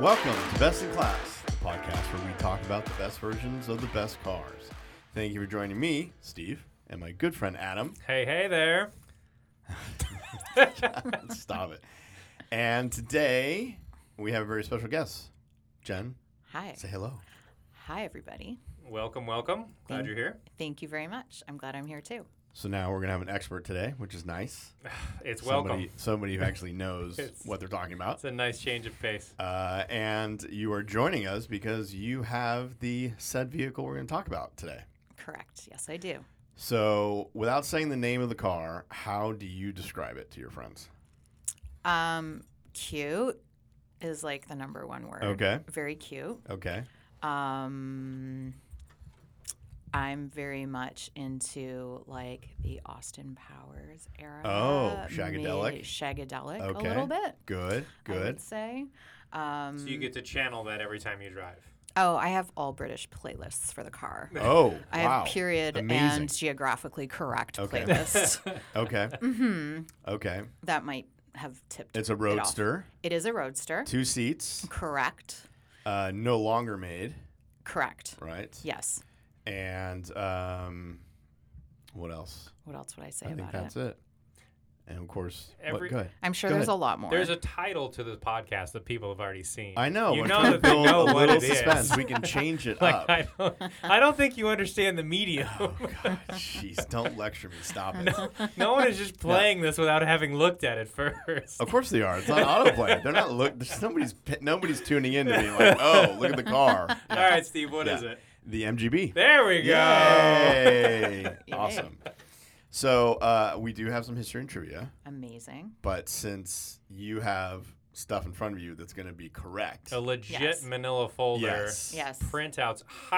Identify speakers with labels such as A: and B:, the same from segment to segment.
A: Welcome to Best in Class, the podcast where we talk about the best versions of the best cars. Thank you for joining me, Steve, and my good friend Adam.
B: Hey, hey there.
A: Stop it. And today we have a very special guest. Jen,
C: Hi.
A: say hello.
C: Hi, everybody.
B: Welcome, welcome. Glad you're here.
C: Thank you very much. I'm glad I'm here too.
A: So now we're going to have an expert today, which is nice.
B: It's welcome.
A: Somebody, somebody who actually knows
B: It's-
A: what they're talking about.
B: It's a nice change of pace.
A: Uh, and you are joining us because you have the said vehicle we're going to talk about today.
C: Correct. Yes, I do.
A: So, without saying the name of the car, how do you describe it to your friends?
C: Um, cute is like the number one word.
A: Okay.
C: Very cute.
A: Okay.
C: Um, I'm very much into like the Austin Powers era.
A: Oh, shagadelic.
C: maybe Shagadelic
A: Okay.
C: a little bit.
A: Good.
C: I
A: Good.
C: would say. Um,
B: So you get to channel that every time you drive.
C: oh, I have all British playlists for the car.
A: Oh,
C: I
A: wow.
C: have period
A: Amazing.
C: and geographically correct
A: Okay.
C: playlists.
A: Okay. mm-hmm. Okay.
C: that might have tipped.
A: It's a
C: it off.
A: roadster,
C: It is a roadster.
A: two seats,
C: Correct.
A: uh, no longer made,
C: Correct.
A: right?
C: Yes.
A: And um, what else?
C: What else would I say
A: I think
C: about
A: that's
C: it?
A: it. And of course,
B: Every-
A: what, go ahead.
C: I'm sure
A: Go
C: there's
A: ahead.
C: a lot more.
B: There's a title to this podcast that people have already seen.
A: I know.
B: You
A: we're
B: know
A: trying
B: that
A: to
B: they
A: build
B: know
A: a
B: what
A: little
B: it is.
A: suspense. We can change it
B: Like,
A: up.
B: I, don't, I don't think you understand the medium.
A: Oh God, jeez! Don't lecture me. Stop it.
B: no one is just playing this without having looked at it first.
A: Of course they are. It's not autoplay. They're not look. There's nobody's pi- nobody's tuning in to be like, oh, look at the car.
B: All right, Steve, What
A: Yeah.
B: is it?
A: The MGB.
B: There we go.
A: Yay!
C: Yay.
A: awesome. So uh, we do have some history and trivia,
C: Amazing.
A: but since you have stuff in front of you that's going to be correct,
B: A legit
C: Yes.
B: manila folder.
A: yes,
C: Yes.
B: Printouts highlighted.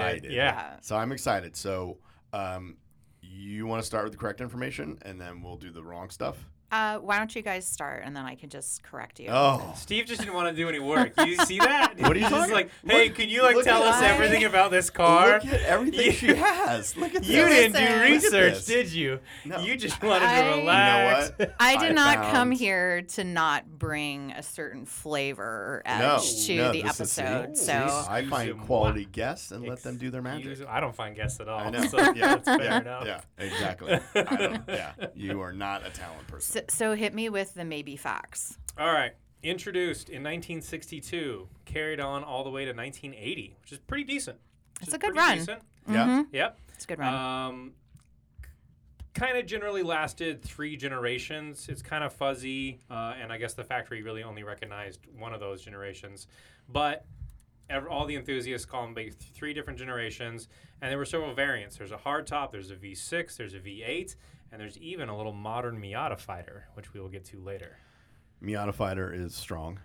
A: Highlighted.
B: Yeah.
C: Yeah.
A: So I'm excited. So um, you want to start with the correct information, and then we'll do the wrong stuff.
C: Uh, why don't you guys start and then I can just correct you.
A: Oh,
B: Steve just didn't want to do any work. You see that?
A: What are you
B: He's just
A: talking-
B: like, hey, can you like
A: look
B: tell
A: at
B: us
C: I-
B: everything about this car?
A: look at everything
B: You-
A: she has. Look at
B: You
A: this.
B: didn't
C: Listen.
B: do
C: Look at
B: research,
A: this.
B: did you?
A: No.
B: You just wanted to
C: I-
B: relax.
A: You know what?
C: I did
A: I
C: not come
A: found-
C: here to not bring a certain flavor or edge
A: No,
C: to
A: no,
C: the
A: this is-
C: episode.
A: see,
C: so
A: see, I
B: Use
A: find
B: them
A: quality
B: what?
A: guests and let them do their magic.
B: Excuse- I don't find guests at all.
A: I know.
B: So
A: yeah,
B: that's fair
A: yeah,
B: enough.
A: yeah, exactly. I don't, yeah, you are not a talent person.
C: so, so hit me with the maybe facts.
B: All right. Introduced in 1962, carried on all the way to 1980, which is pretty decent. which
C: It's
B: is
C: a good
B: pretty
C: run.
B: decent.
A: Yeah.
B: Yep.
C: It's a good run.
B: Um, kind of generally lasted three generations. It's kind of fuzzy, uh, and I guess the factory really only recognized one of those generations. But ev- all the enthusiasts call them ba- three different generations, and there were several variants. There's a hardtop, there's a V6, there's a V8, and there's even a little modern Miata fighter, which we will get to later.
A: Miata Fighter is strong.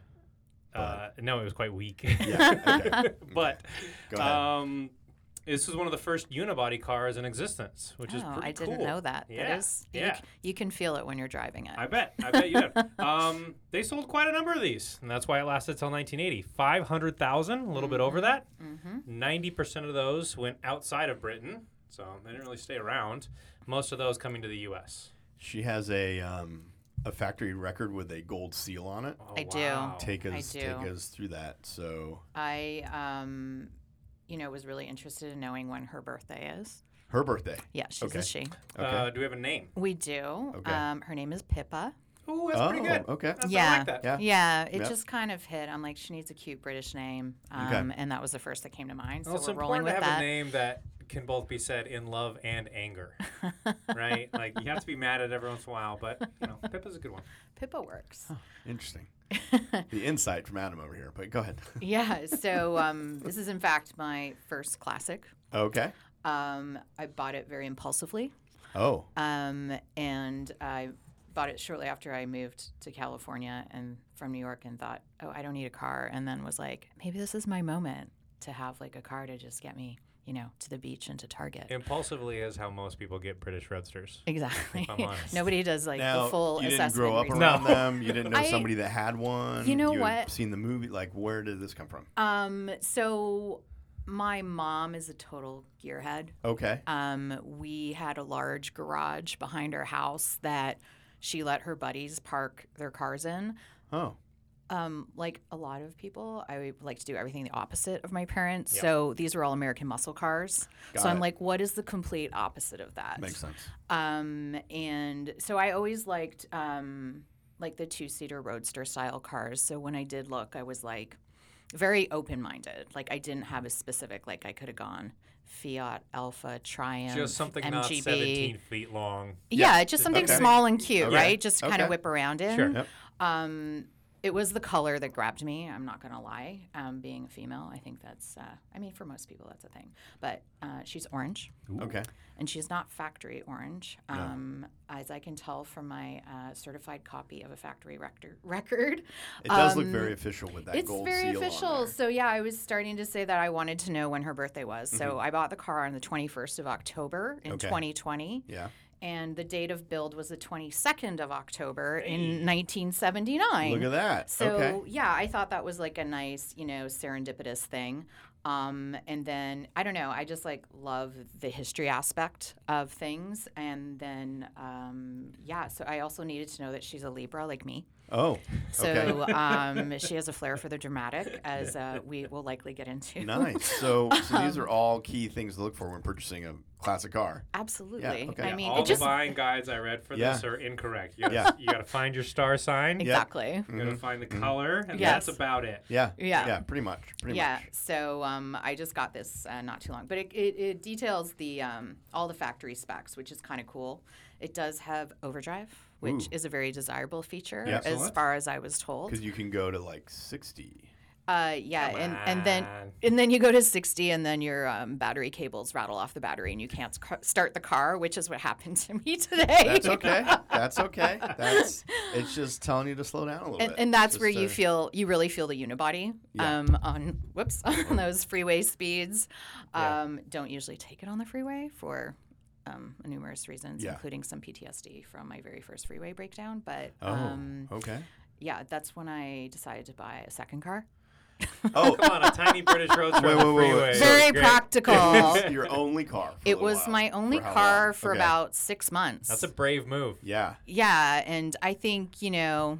B: Uh, no, it was quite weak.
A: Yeah. Okay.
B: but
A: Go ahead.
B: um, this was one of the first unibody cars in existence, which is
C: oh,
B: pretty
C: I didn't
B: cool.
C: know that.
B: Yeah,
C: That is, you,
B: yeah.
C: c- you can feel it when you're driving it.
B: I bet. I bet you did. Um, they sold quite a number of these, and that's why it lasted till 1980. 500,000, a little bit over that.
C: Mm-hmm.
B: 90% of those went outside of Britain, so they didn't really stay around. Most of those coming to the U.S.
A: she has a um, a factory record with a gold seal on it.
B: Oh,
C: I do.
B: wow.
A: Take
C: I
A: us,
C: do.
A: take us through that. So
C: I, um, you know, was really interested in knowing when her birthday is.
A: her birthday.
C: Yeah, she's
A: Okay.
C: a she.
B: Uh, do we have a name?
C: We do.
A: Okay.
C: Um, her name is Pippa.
B: Ooh, that's pretty
A: Oh,
B: good.
A: okay.
B: That's, I
C: Yeah.
B: like that.
A: Yeah.
C: Yeah, it
A: Yep.
C: just kind of hit. I'm like, she needs a cute British name, um,
A: Okay.
C: and that was the first that came to mind. So
B: Well, it's
C: we're rolling
B: important
C: with
B: to have
C: that.
B: a name that can both be said in love and anger, right? like you have to be mad at every once in a while, but you know, Pippa's a good one.
C: Pippa works.
A: Interesting. the insight from Adam over here, but go ahead.
C: yeah. So um, this is in fact my first classic.
A: Okay.
C: Um, I bought it very impulsively.
A: Oh,
C: Um, and I bought it shortly after I moved to California and from New York and thought, oh, I don't need a car. And then was like, maybe this is my moment to have like a car to just get me, you know, to the beach and to Target.
B: Impulsively is how most people get British roadsters.
C: Exactly.
B: I'm honest.
C: Nobody does like
A: now
C: the full
A: you didn't
C: assessment.
A: grow up
C: research.
A: around
B: No.
A: them. You didn't know
C: I-
A: somebody that had one.
C: You know
A: had
C: what?
A: Seen the movie? Like, where did this come from?
C: Um, so my mom is a total gearhead.
A: Okay.
C: Um, we had a large garage behind our house that she let her buddies park their cars in.
A: Oh.
C: Um, like a lot of people, I would like to do everything the opposite of my parents.
B: Yeah.
C: So these were all American muscle cars.
A: Got
C: so I'm
A: it.
C: like, what is the complete opposite of that?
A: Makes sense.
C: Um, and so I always liked um, like the two seater roadster style cars. So when I did look, I was like very open minded. Like I didn't have a specific like I could have gone Fiat Alpha Triumph,
B: Just something
C: MGB.
B: not 17 feet long.
C: Yeah, just something
A: okay.
C: small and cute,
B: Okay.
C: right? Just kind
A: Okay.
C: of whip around in.
B: Sure.
A: Yep.
C: Um, it was the color that grabbed me. I'm not gonna lie. Um, being a female, I think that's. Uh, I mean, for most people, that's a thing. But uh, she's orange
A: Okay.
C: and she's not factory orange, um, as I can tell from my uh, certified copy of a factory rector- record.
A: It does look
C: Um,
A: very official with that
C: It's
A: gold
C: very
A: seal on
C: official.
A: there.
C: So yeah, I was starting to say that I wanted to know when her birthday was. So I bought the car on the 21st of October in
A: Mm-hmm. Okay.
C: 2020,
A: Yeah.
C: and the date of build was the 22nd of October in 1979.
A: Look at that.
C: So
A: okay.
C: yeah, I thought that was like a nice, you know, serendipitous thing. Um, and then I don't know, I just like love the history aspect of things. And then um, yeah, so I also needed to know that she's a Libra like me.
A: Oh.
C: So
A: okay.
C: um, she has a flair for the dramatic, as uh, we will likely get into.
A: Nice. So, so these
C: Um,
A: are all key things to look for when purchasing a classic car.
C: Absolutely.
A: okay.
C: I
A: Yeah,
C: mean,
B: All
C: it just
B: the buying guides I read for
A: Yeah.
B: this are incorrect. You gotta,
A: Yeah. Mm-hmm.
B: you gotta find your star sign.
C: exactly.
B: You gotta find the color, and
C: Yes.
B: that's about it.
A: Yeah.
C: Yeah.
A: Yeah. Pretty much. Pretty
C: yeah.
A: much.
C: So um, I just got this uh, not too long, but it, it, it details the um, all the factory specs, which is kind of cool. It does have overdrive, which
A: Ooh.
C: is a very desirable feature,
A: Yeah.
C: as
A: Excellent.
C: far as I was told.
A: Because you can go to like 60.
C: Uh, yeah,
B: Come
C: and, and then
B: on.
C: and then you go to sixty, and then your um, battery cables rattle off the battery, and you can't sc- start the car, which is what happened to me today.
A: That's okay. That's okay. That's it's just telling you to slow down a little
C: and,
A: bit.
C: and that's
A: Just
C: where you
A: to-
C: feel you really feel the unibody
A: Yeah.
C: um, on whoops on those freeway speeds.
B: Yeah.
C: Um, Don't usually take it on the freeway for um, numerous reasons,
A: Yeah.
C: including some PTSD from my very first freeway breakdown. But
A: Oh.
C: um,
A: okay.
C: yeah, that's when I decided to buy a second car.
A: Oh,
B: Come on, a tiny British roadster
A: Wait,
B: on the
A: wait, wait,
B: freeway.
A: wait. So
C: very
B: Great.
C: practical.
A: it's your only car. for a
C: it
A: little
C: was
A: while.
C: my only
A: Oh, For how
C: car
A: long?
C: for
A: Okay.
C: about six months.
B: That's a brave move.
A: Yeah.
C: yeah, and I think you know.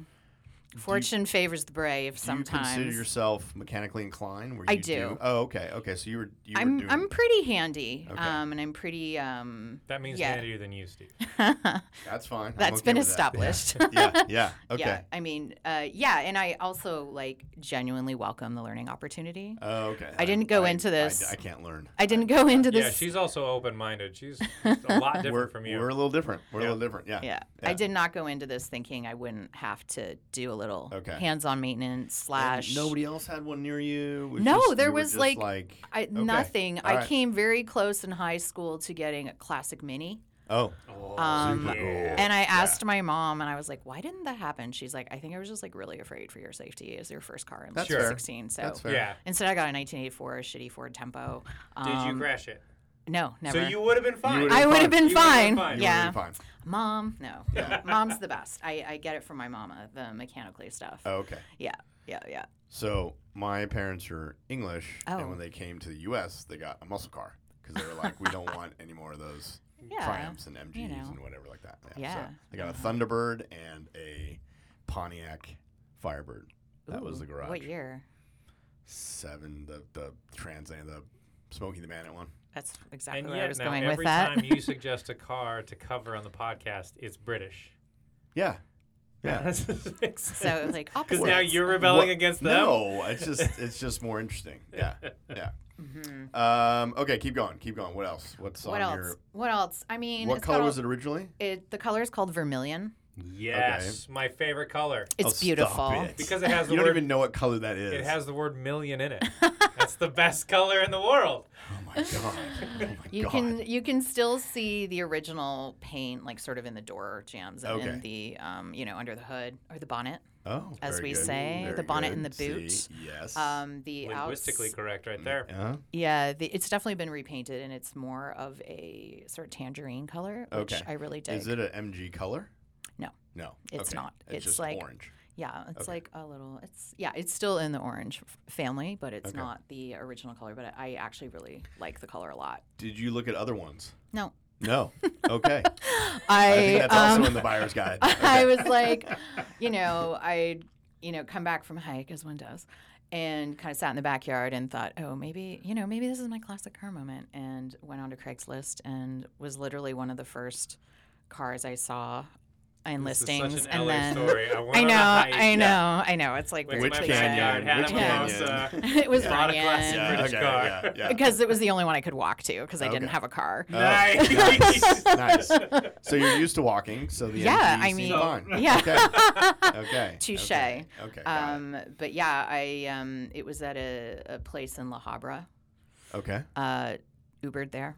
C: Fortune favors the brave sometimes.
A: Do you consider yourself mechanically inclined? Where
C: I
A: you
C: do.
A: Oh, okay. Okay. So you were. You were
C: I'm
A: doing,
C: I'm pretty handy,
A: Okay.
C: um, and I'm pretty. Um,
B: That means
C: Yeah.
B: handier than you, Steve.
A: That's fine. I'm
C: that's
A: okay
C: been
A: with that.
C: established.
A: Yeah. Yeah. Okay.
C: Yeah, I mean, uh, yeah, and I also like genuinely welcome the learning opportunity.
A: Oh, okay.
C: I didn't go into this.
A: I, I can't learn.
C: I didn't go into
B: Yeah,
C: this.
B: she's also open-minded. She's a lot different
A: we're,
B: from you.
A: we're a little different. We're
B: Yeah.
A: a little different. Yeah.
C: yeah,
A: Yeah.
C: I did not go into this thinking I wouldn't have to do a little
A: Okay.
C: hands-on maintenance
A: And
C: slash.
A: Nobody else had one near you. It
C: No,
A: just-
C: there
A: you were
C: was,
A: just
C: like-
A: like
C: I, Nothing.
A: All
C: I
A: right.
C: came very close in high school to getting a classic mini.
A: oh
B: Oh,
C: Um,
A: super
B: yeah.
A: cool.
C: And I asked my mom, and I was like, "Why didn't that happen?" She's like, "I think I was just like really afraid for your safety. It was your first car in
A: That's
C: like
A: Sure. fair.
C: 16, so
A: that's fair.
B: yeah.
C: Instead, I got a 1984 shitty Ford Tempo.
B: Did you
C: Um,
B: crash it?
C: No, never.
B: So you would have been fine.
A: would've
C: I would
A: fine.
C: have been
B: You would've
C: fine.
B: been fine. You would've
A: Yeah.
C: Yeah,
A: Fine.
C: mom. No, mom's the best. I, I get it from my mama, the mechanically stuff.
A: Oh, okay.
C: Yeah, yeah, yeah.
A: So my parents are English,
C: Oh.
A: and when they came to the U.S., they got a muscle car because they were like, "We don't want any more of those
C: Yeah,
A: Triumphs and MGs
C: know.
A: and whatever like that."
C: Yeah. Mm-hmm.
A: So they got a Thunderbird and a Pontiac Firebird. That was
C: Ooh,
A: the garage.
C: What year?
A: Seven. The the Trans and the Smoky the Bandit one.
C: That's exactly
B: And
C: where I
B: yet,
C: was
B: now,
C: going
B: every
C: with that.
B: time you suggest a car to cover on the podcast, it's British.
A: Yeah. Yeah.
C: so it was like
B: Because
C: opposite.
B: now you're rebelling
A: What-
B: against them.
A: No, it's just it's just more interesting. Yeah, yeah. Um, okay, keep going, keep going. What else? What's
C: Mm-hmm. What
A: on
C: else?
A: your?
C: What else? I mean,
A: What
C: it's
A: color
C: got
A: was
C: all-
A: it originally?
C: It, the color is called vermilion.
B: Yes, my favorite color
A: Oh,
C: It's
A: stop
C: beautiful.
A: it.
B: because it has the
A: you don't
B: word
A: even know what color that is.
B: it has the word million in it. That's the best color in the world.
A: Oh my god. Oh my
C: You
A: god.
C: can you can still see the original paint, like sort of in the door jams and
A: Okay.
C: in the um, you know under the hood or the bonnet.
A: oh,
C: as
A: very
C: we
A: good.
C: say,
A: Very
C: the bonnet and
A: good.
C: the boot.
A: See? Yes. Mm-hmm.
C: Um, the
B: Linguistically
C: outs-
B: correct, right there.
A: Mm, yeah.
C: yeah, the, it's definitely been repainted and it's more of a sort of tangerine color, which
A: Okay.
C: I really dig.
A: Is it an MG color?
C: No.
A: No.
C: It's
A: okay.
C: not.
A: It's,
C: It's
A: just
C: like-
A: orange.
C: yeah, it's
A: Okay.
C: like a little. It's yeah, it's still in the orange f- family, but it's
A: Okay.
C: not the original color. But I actually really like the color a lot.
A: Did you look at other ones?
C: No,
A: No. Okay.
C: I
A: I think that's
C: um,
A: also in the buyer's guide. Okay.
C: I was like, you know, I you know, come back from a hike as one does, and kind of sat in the backyard and thought, oh, maybe you know, maybe this is my classic car moment, and went onto Craigslist and was literally one of the first cars I saw in
B: This is
C: listings,
B: such an
C: and
B: LA
C: then
B: story. I, went
C: I
B: on a
C: know,
B: hike.
C: I know, I know. It's like
B: Went
A: Which
B: to my
C: cliche.
B: backyard, had
A: Which
B: a uh,
A: canyon?
B: mimosa.
C: it was
B: A lot of classic
C: Ryan,
B: British car.
A: yeah, yeah.
C: because it was the only one I could walk to because I didn't
A: Okay.
C: have a car.
A: Oh,
B: nice.
A: nice. So you're used to walking, so the
C: Yeah,
A: energy
C: I
A: seemed
C: mean-
A: fine.
C: Yeah.
A: Okay. Okay.
C: Touche.
A: Okay. okay got it.
C: Um, but yeah, I um, it was at a, a place in La Habra.
A: okay.
C: Uh, Ubered there,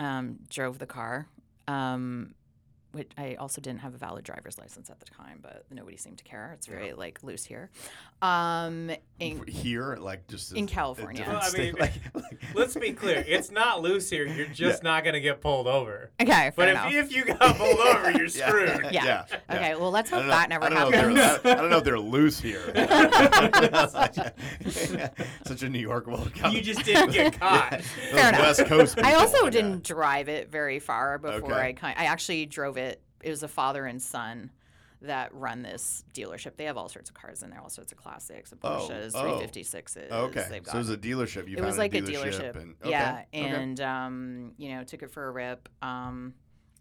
C: um, drove the car. Um, which I also didn't have a valid driver's license at the time, but nobody seemed to care. It's very like loose here. Um, in,
A: Here, like just
C: in
A: a- a
C: California.
A: different
B: Well, I
A: state,
B: mean-
A: like- like-
B: Let's be clear. It's not loose here. You're just not going to get pulled over.
C: okay, fair
B: But
C: enough.
B: if, if you got pulled over, you're
A: yeah,
B: screwed.
C: Yeah. okay, well, let's
A: I
C: hope
A: don't know-
C: that never
A: I don't know if
C: happens.
A: they're- I I don't know if they're loose here. Such a New York world.
B: You just didn't get caught.
C: Fair enough.
A: West Coast.
C: I
A: people,
C: also
A: yeah.
C: didn't drive it very far before
A: Oh Okay.
C: I kind I actually drove it. It was a father and son that run this dealership. They have all sorts of cars in there, all sorts of classics, and
A: Oh,
C: Porsches,
A: oh. Okay.
C: 356s. They've
A: So it
C: got.
A: was a dealership. You
C: it was
A: found
C: like
A: a
C: a
A: dealership.
C: dealership.
A: and- okay,
C: Yeah,
A: okay.
C: and um, you know, took it for a rip. Um,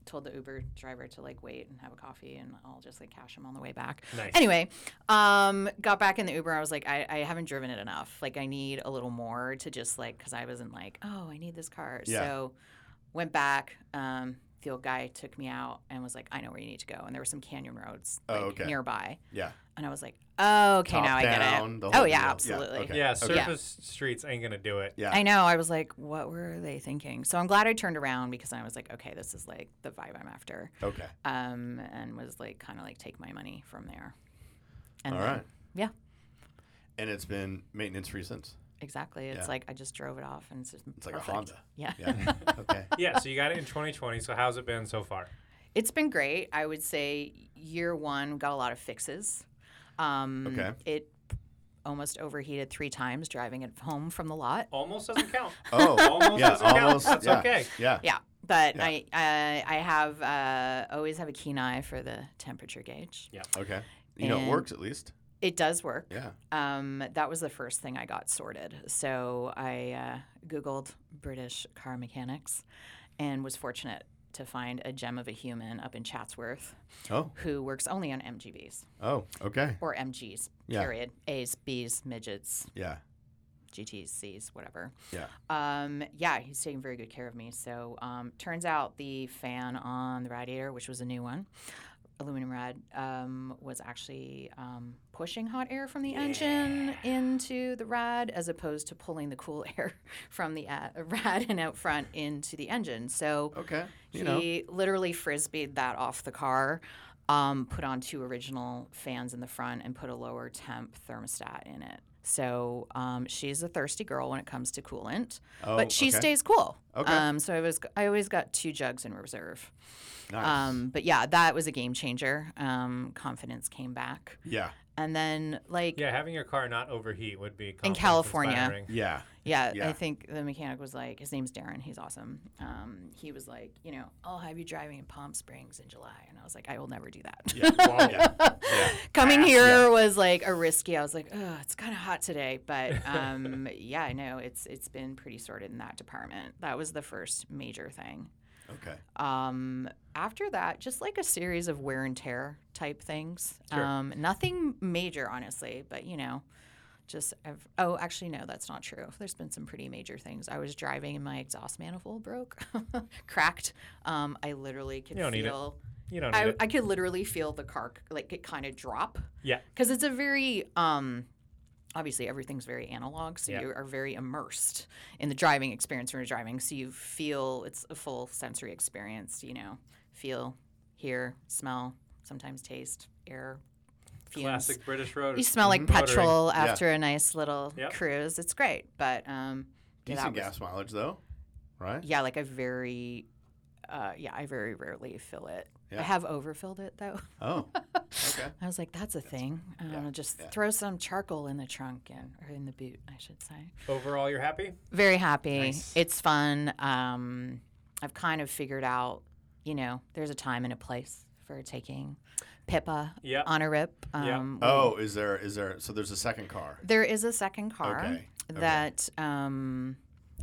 C: told the Uber driver to like wait and have a coffee, and I'll just like cash him on the way back.
B: Nice.
C: Anyway, um, got back in the Uber. I was like, I, I haven't driven it enough. Like, I need a little more to just like, because I wasn't like, oh, I need this car.
A: Yeah.
C: So, went back. Um, the old guy took me out and was like, I know where you need to go. And there were some canyon roads
A: Oh,
C: like,
A: okay.
C: nearby.
A: yeah.
C: And I was like, oh, okay,
A: Top
C: now I get
A: down,
C: it.
A: the
C: Oh,
A: whole
C: yeah,
A: deal. Yeah,
C: absolutely.
A: okay.
B: Yeah,
A: Okay.
B: surface streets ain't going to do it.
A: Yeah.
C: I know. I was like, what were they thinking? So I'm glad I turned around because I was like, okay, this is like the vibe I'm after.
A: Okay.
C: Um, and was like, kind of like, take my money from there. And
A: All
C: then-
A: right.
C: Yeah.
A: And it's been maintenance free since.
C: Exactly. It's
A: Yeah.
C: like I just drove it off, and it's just
A: It's like
C: perfect.
A: a Honda.
C: Yeah.
A: Yeah. okay.
B: Yeah, so you got it in 2020. So how's it been so far?
C: it's been great. I would say year one got a lot of fixes. Um,
A: Okay.
C: It almost overheated three times driving it home from the lot.
B: Almost doesn't count.
A: Oh,
B: Almost
A: yeah,
B: doesn't count.
A: almost.
B: That's
A: yeah,
B: okay.
A: Yeah.
C: Yeah, but
A: Yeah.
C: I I I have uh, always have a keen eye for the temperature gauge.
A: Okay. You know, it
C: And-
A: works at least.
C: It does work.
A: Yeah.
C: Um, that was the first thing I got sorted. So I uh, Googled British car mechanics and was fortunate to find a gem of a human up in Chatsworth
A: Oh.
C: who works only on MGBs
A: Oh. Okay.
C: or MGs,
A: Yeah.
C: period. A's, B's, midgets,
A: Yeah.
C: GTs, Cs, whatever.
A: Yeah.
C: Um, yeah, he's taking very good care of me. So um, turns out the fan on the radiator, which was a new one, aluminum rad, um, was actually um, pushing hot air from the engine into the rad as opposed to pulling the cool air from the uh, rad and out front into the engine. So
A: Okay. You know.
C: he literally frisbeed that off the car, um, put on two original fans in the front, and put a lower temp thermostat in it. So um, she's a thirsty girl when it comes to coolant,
A: Oh,
C: but she
A: okay.
C: stays cool.
A: Okay.
C: Um, so I was I always got two jugs in reserve.
A: Nice.
C: Um, but yeah, that was a game changer. Um, confidence came back,
A: yeah.
C: and then like
B: Yeah, having your car not overheat would be
C: In California.
B: confidence-inspiring.
A: Yeah.
C: Yeah,
A: Yeah.
C: I think the mechanic was like, his name's Darren. He's awesome. Um, he was like, you know, "Oh, I'll have you driving in Palm Springs in July, and I was like, I will never do that.
A: Yeah. Oh, yeah. yeah.
C: Coming here was like a risky. I was like, oh, it's kind of hot today, but um, yeah, I know it's it's been pretty sorted in that department. That was the first major thing.
A: Okay.
C: Um, after that, just like a series of wear and tear type things.
B: Sure.
C: Um, nothing major, honestly, but you know, just ev- oh, actually, no, that's not true. There's been some pretty major things. I was driving and my exhaust manifold broke, cracked. Um, I literally could
B: You don't need it.
C: feel.
B: You don't need
C: I,
B: it.
C: I could literally feel the car c- like it kind of drop
B: Yeah.
C: because it's a very um obviously everything's very analog so
B: Yeah.
C: you are very immersed in the driving experience when you're driving so you feel it's a full sensory experience you know feel hear smell sometimes taste air fumes.
B: Classic British road.
C: you smell like
B: Mhm. motoring.
C: petrol
A: Yeah.
C: after a nice little
B: Yep.
C: cruise it's great but um yeah, that
A: Decent
C: was-
A: gas mileage though, right?
C: yeah like i very uh, yeah, I very rarely fill it.
A: Yeah.
C: I have overfilled it though.
A: Oh. Okay.
C: I was like, "That's a thing." I'm gonna just
A: yeah.
C: throw some charcoal in the trunk and or in the boot, I should say.
B: Overall, you're happy?
C: Very happy.
A: Nice.
C: It's fun. Um, I've kind of figured out, you know, there's a time and a place for taking Pippa
B: Yep.
C: on a rip.
B: Yep.
C: Um,
A: Oh, is there is there so there's a second car.
C: There is a second car
A: Okay, okay.
C: that um,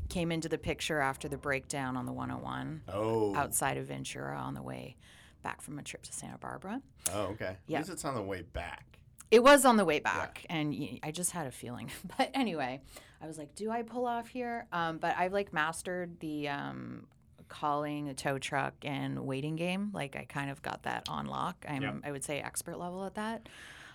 C: came into the picture after the breakdown on the 101
A: Oh.
C: outside of Ventura on the way back from a trip to Santa Barbara.
A: Oh, okay.
C: Yeah.
A: At least it's on the way back.
C: It was on the way back, and y- I just had a feeling. But anyway, I was like, "Do I pull off here?" Um, but I've like mastered the um, calling a tow truck and waiting game. Like I kind of got that on lock. I'm,
B: Yeah.
C: I would say, expert level at that.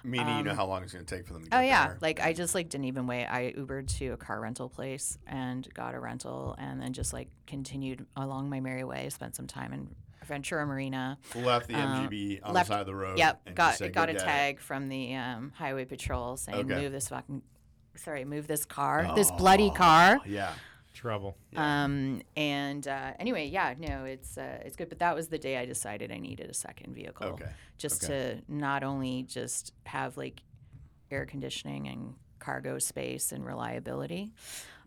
A: Meaning you know how long it's going to take for them to get
C: Um, Oh yeah,
A: there.
C: like I just like didn't even wait. I Ubered to a car rental place and got a rental, and then just like continued along my merry way. Spent some time in Ventura Marina.
A: Left the
C: Uh,
A: MGB on
C: left-
A: the side of the road.
C: Yep,
A: Oh, and
C: got
A: just said,
C: got
A: "Go
C: a
A: get it."
C: tag from the um, highway patrol saying
A: Okay. Oh,
C: move this fucking, sorry, move this car, this bloody car.
A: Yeah.
B: Trouble.
C: Um, and uh, anyway, yeah, no, it's uh, it's good. But that was the day I decided I needed a second vehicle,
A: Okay,
C: just to not only just have like air conditioning and cargo space and reliability,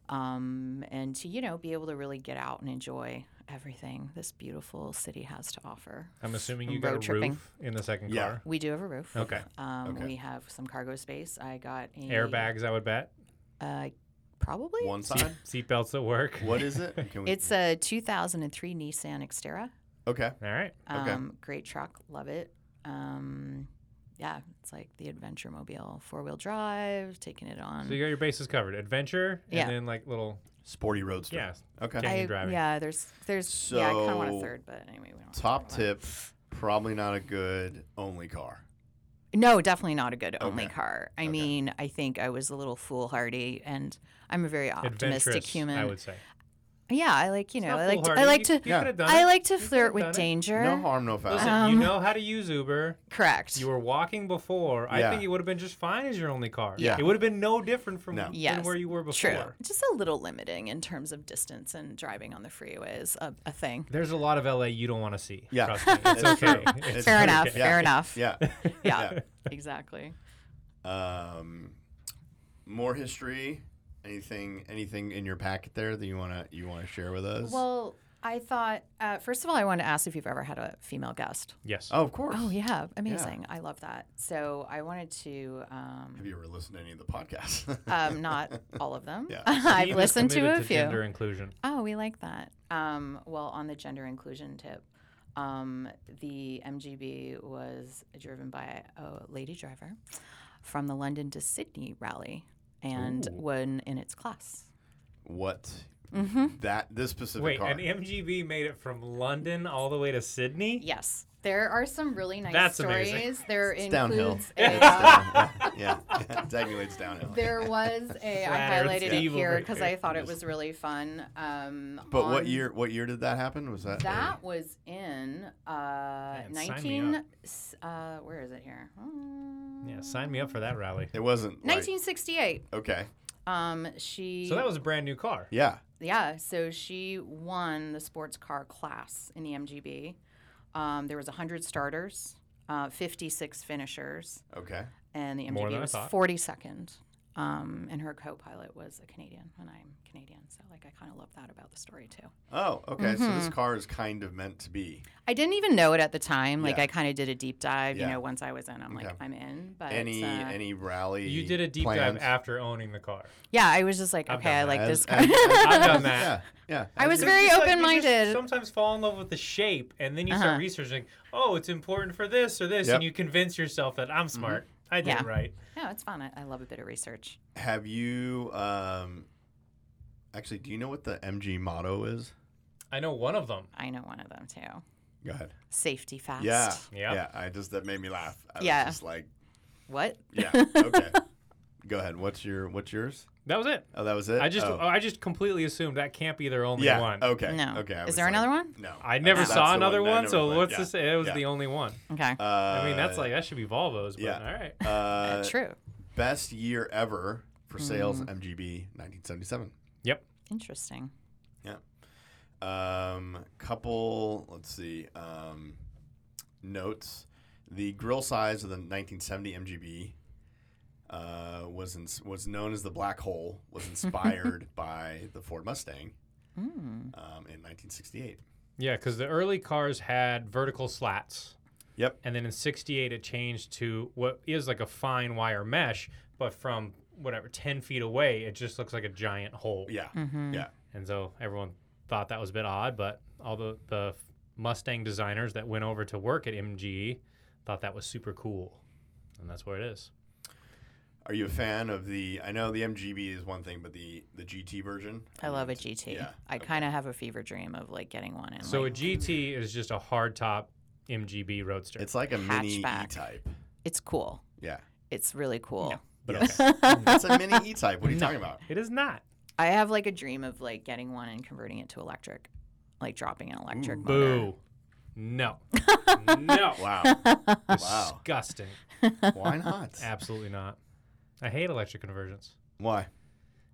C: um, and to you know be able to really get out and enjoy everything this beautiful city has to offer.
B: I'm assuming
C: From
B: you got a
C: road tripping.
B: roof in the second
A: Yeah.
B: car.
C: We do have a roof.
B: Okay.
C: Um,
A: Okay.
C: We have some cargo space. I got a,
B: Airbags, I would bet.
C: Uh, probably.
A: One
B: Seat,
A: side.
B: seatbelts that work.
A: what is it? Can we,
C: It's a 2003 Nissan Xterra.
A: okay.
B: All right.
A: Okay.
C: Um, Great truck. Love it. Um, yeah, it's like the adventure mobile, four wheel drive, taking it on.
B: So you got your bases covered. Adventure and
C: Yeah.
B: then like little
A: Sporty roadster.
B: yeah.
A: Okay.
B: Jane, you're driving.
C: yeah, there's, there's, yeah, I kind of want a
A: So,
C: third, but anyway, we don't.
A: Top tip: probably not a good only car.
C: No, definitely not a good only
A: Okay.
C: car. I mean, I think I was a little foolhardy, and I'm a very optimistic
B: Adventurous,
C: human.
B: I would say.
C: Yeah, I like you know,
B: Not
C: I like, to, I
B: foolhardy.
C: like
B: You-
C: to,
B: you could have done
C: I
B: it.
C: like to
B: You could
C: flirt
B: have
C: with
B: done it.
C: danger.
A: No harm, no foul.
B: Listen, you
C: Um,
B: know how to use Uber.
C: Correct.
B: You were walking before. I
A: Yeah.
B: think it would have been just fine as your only car.
A: Yeah.
B: It would have been no different from
A: No.
B: than
C: Yes,
B: where you were before.
C: True. Just a little limiting in terms of distance and driving on the freeway is a, a thing.
B: There's a lot of LA you don't want to see.
A: Yeah.
B: Trust me. It's
A: It's
B: okay.
A: true.
B: It's
C: Fair
B: okay.
C: enough. Fair enough.
A: yeah.
C: Yeah. exactly.
A: Um, more history. Anything? Anything in your packet there that you wanna you wanna share with us?
C: Well, I thought, uh, first of all, I wanted to ask if you've ever had a female guest.
B: Yes.
A: oh, of course.
C: Oh, yeah. Amazing. I love that. So I wanted to, um,
A: Have you ever listened to any of the podcasts?
C: um, not all of them.
A: Yeah.
B: Ian
C: I've
B: is
C: listened to
B: committed
C: a few.
B: Gender inclusion.
C: Oh, we like that. Um, well, on the gender inclusion tip, um, the MGB was driven by a lady driver from the London to Sydney rally and won in its class.
A: what?
C: mm-hmm.
A: That this specific
B: Wait,
A: car.
B: an MGB made it from London all the way to Sydney?
C: Yes. There are some really nice
B: That's
C: stories.
B: amazing.
C: There
A: it's downhill.
C: includes
A: Yeah,
C: a, uh,
A: it's down- yeah, yeah. Technically, it's downhill.
C: there was a I
B: Flat Earth
C: highlighted it
B: Steve over
C: here because I
B: here.
C: thought it was really fun. Um,
A: But
C: on-
A: what year? What year did that happen? Was that? a-
C: That was in uh,
B: Man, sign me
C: 19.
B: up.
C: s- Uh, where is it here? Hmm.
B: Yeah, sign me up for that rally.
A: it wasn't. like-
C: 1968.
A: okay.
C: Um, she.
B: So that was a brand new car.
A: Yeah.
C: Yeah, so she won the sports car class in E the MGB. Um, there was 100 starters, uh, 56 finishers,
A: Okay.
C: and the E
B: More than
C: MGB
B: I
C: was
B: thought.
C: 42nd. Um, and her co-pilot was a Canadian, and I'm Canadian, so like I kind of love that about the story too.
A: Oh, okay. So this
C: Mm-hmm.
A: car is kind of meant to be,
C: I didn't even know it at the time. Like
A: Yeah.
C: I kind of did a deep dive.
A: Yeah.
C: You know, once I was in, I'm like,
A: Okay.
C: I'm in. But
A: any
C: uh,
A: any rally.
B: You did a deep
A: plans?
B: dive after owning the car.
C: yeah, I was just like,
B: I've
C: okay,
B: done
C: I like
A: As-
C: this car.
A: as- as-
B: I've done
A: as-
B: that.
A: Yeah. yeah
C: I
A: as
C: was
A: you-
C: very
B: It's like you just
C: open-minded.
B: sometimes fall in love with the shape, and then you start
C: Uh-huh.
B: researching. Oh, it's important for this or this,
A: Yep.
B: and you convince yourself that I'm smart. I did
C: Mm-hmm. Yeah.
B: it right.
C: no, it's fun. I, I love a bit of research.
A: Have you? Um, actually, do you know what the MG motto is?
B: I know one of them.
C: I know one of them too.
A: Go ahead.
C: Safety fast.
A: Yeah.
B: Yeah.
A: Yeah. I just that made me laugh. I was
C: Yeah.
A: just like,
C: What?
A: yeah. Okay. Go ahead. What's your What's yours?
B: That was it.
A: Oh, that was it.
B: I just
A: Oh.
B: I just completely assumed that can't be their only
A: yeah.
B: one.
A: Okay.
C: No.
A: Okay. I
C: Is
A: was
C: there
A: like,
C: another one?
A: No.
B: I never
A: That's
B: saw
A: the
B: another
A: that I
B: one,
A: never
B: so
A: went.
B: what's
A: Yeah.
B: this? It was
A: Yeah.
B: the only one.
C: Okay.
A: Uh,
B: I mean, that's like that should be Volvos, but
A: yeah.
B: all right.
A: Uh,
C: True. Mm-hmm.
A: Best year ever for sales MGB 1977.
B: Yep.
C: Interesting.
A: Um, couple, let's see, um, notes. The grill size of the 1970 MGB uh, was in, was known as the black hole. Was inspired by the Ford Mustang
C: Hmm.
A: um, in 1968.
B: Yeah, because the early cars had vertical slats.
A: Yep.
B: And then in 68, it changed to what is like a fine wire mesh, but from whatever, 10 feet away, it just looks like a giant hole.
A: Yeah.
C: Mm-hmm.
A: Yeah.
B: And so everyone thought that was a bit odd, but all the, the Mustang designers that went over to work at MGE thought that was super cool. And that's where it is.
A: Are you a fan of the? I know the MGB is one thing, but the the GT version.
C: I love a GT.
A: Yeah,
C: I kind of have a fever dream of like getting one. And,
B: So a
C: like,
B: GT is just a hardtop MGB roadster.
A: It's like a mini
C: Hatchback.
A: E-type.
C: it's cool.
A: Yeah.
C: It's really cool.
A: But it's a mini E-type. What are you talking about?
B: it is not.
C: I have like a dream of like getting one and converting it to electric, like dropping an electric motor.
B: Boo. No. no.
A: Wow. wow.
B: Disgusting.
A: Why not?
B: Absolutely not. I hate electric conversions
A: Why?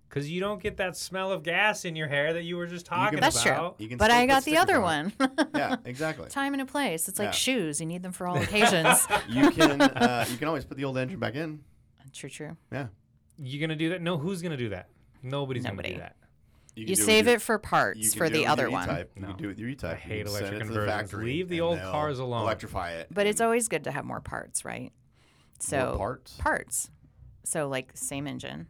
B: because you don't get that smell of gas in your hair that you were just talking
A: can-
C: That's true.
B: about.
A: You can
C: But
A: still
C: I
A: put
C: got the
A: stickers
C: other
A: on
C: one.
A: Yeah, exactly.
C: Time and a place. It's like
A: Yeah.
C: shoes. You need them for all occasions.
A: You can uh, you can always put the old engine back in.
C: true, true.
A: Yeah.
B: You're gonna do that? No. Who's gonna do that? Nobody's
C: Nobody.
B: gonna do that.
A: You, can
C: You
A: do
C: save
A: with
C: it for
A: your-
C: parts
A: can
C: for
A: do it
C: the
A: with
C: other
A: your
C: one.
A: E-type. You
B: No.
A: can do it with your E-type.
B: I hate
A: you can
B: electric
A: send it to the
B: conversions.
A: factory
B: Leave the
A: and
B: old
A: they'll
B: cars alone.
A: Electrify it.
C: But it's always good to have more parts, right? So
A: More parts.
C: parts. So like same engine,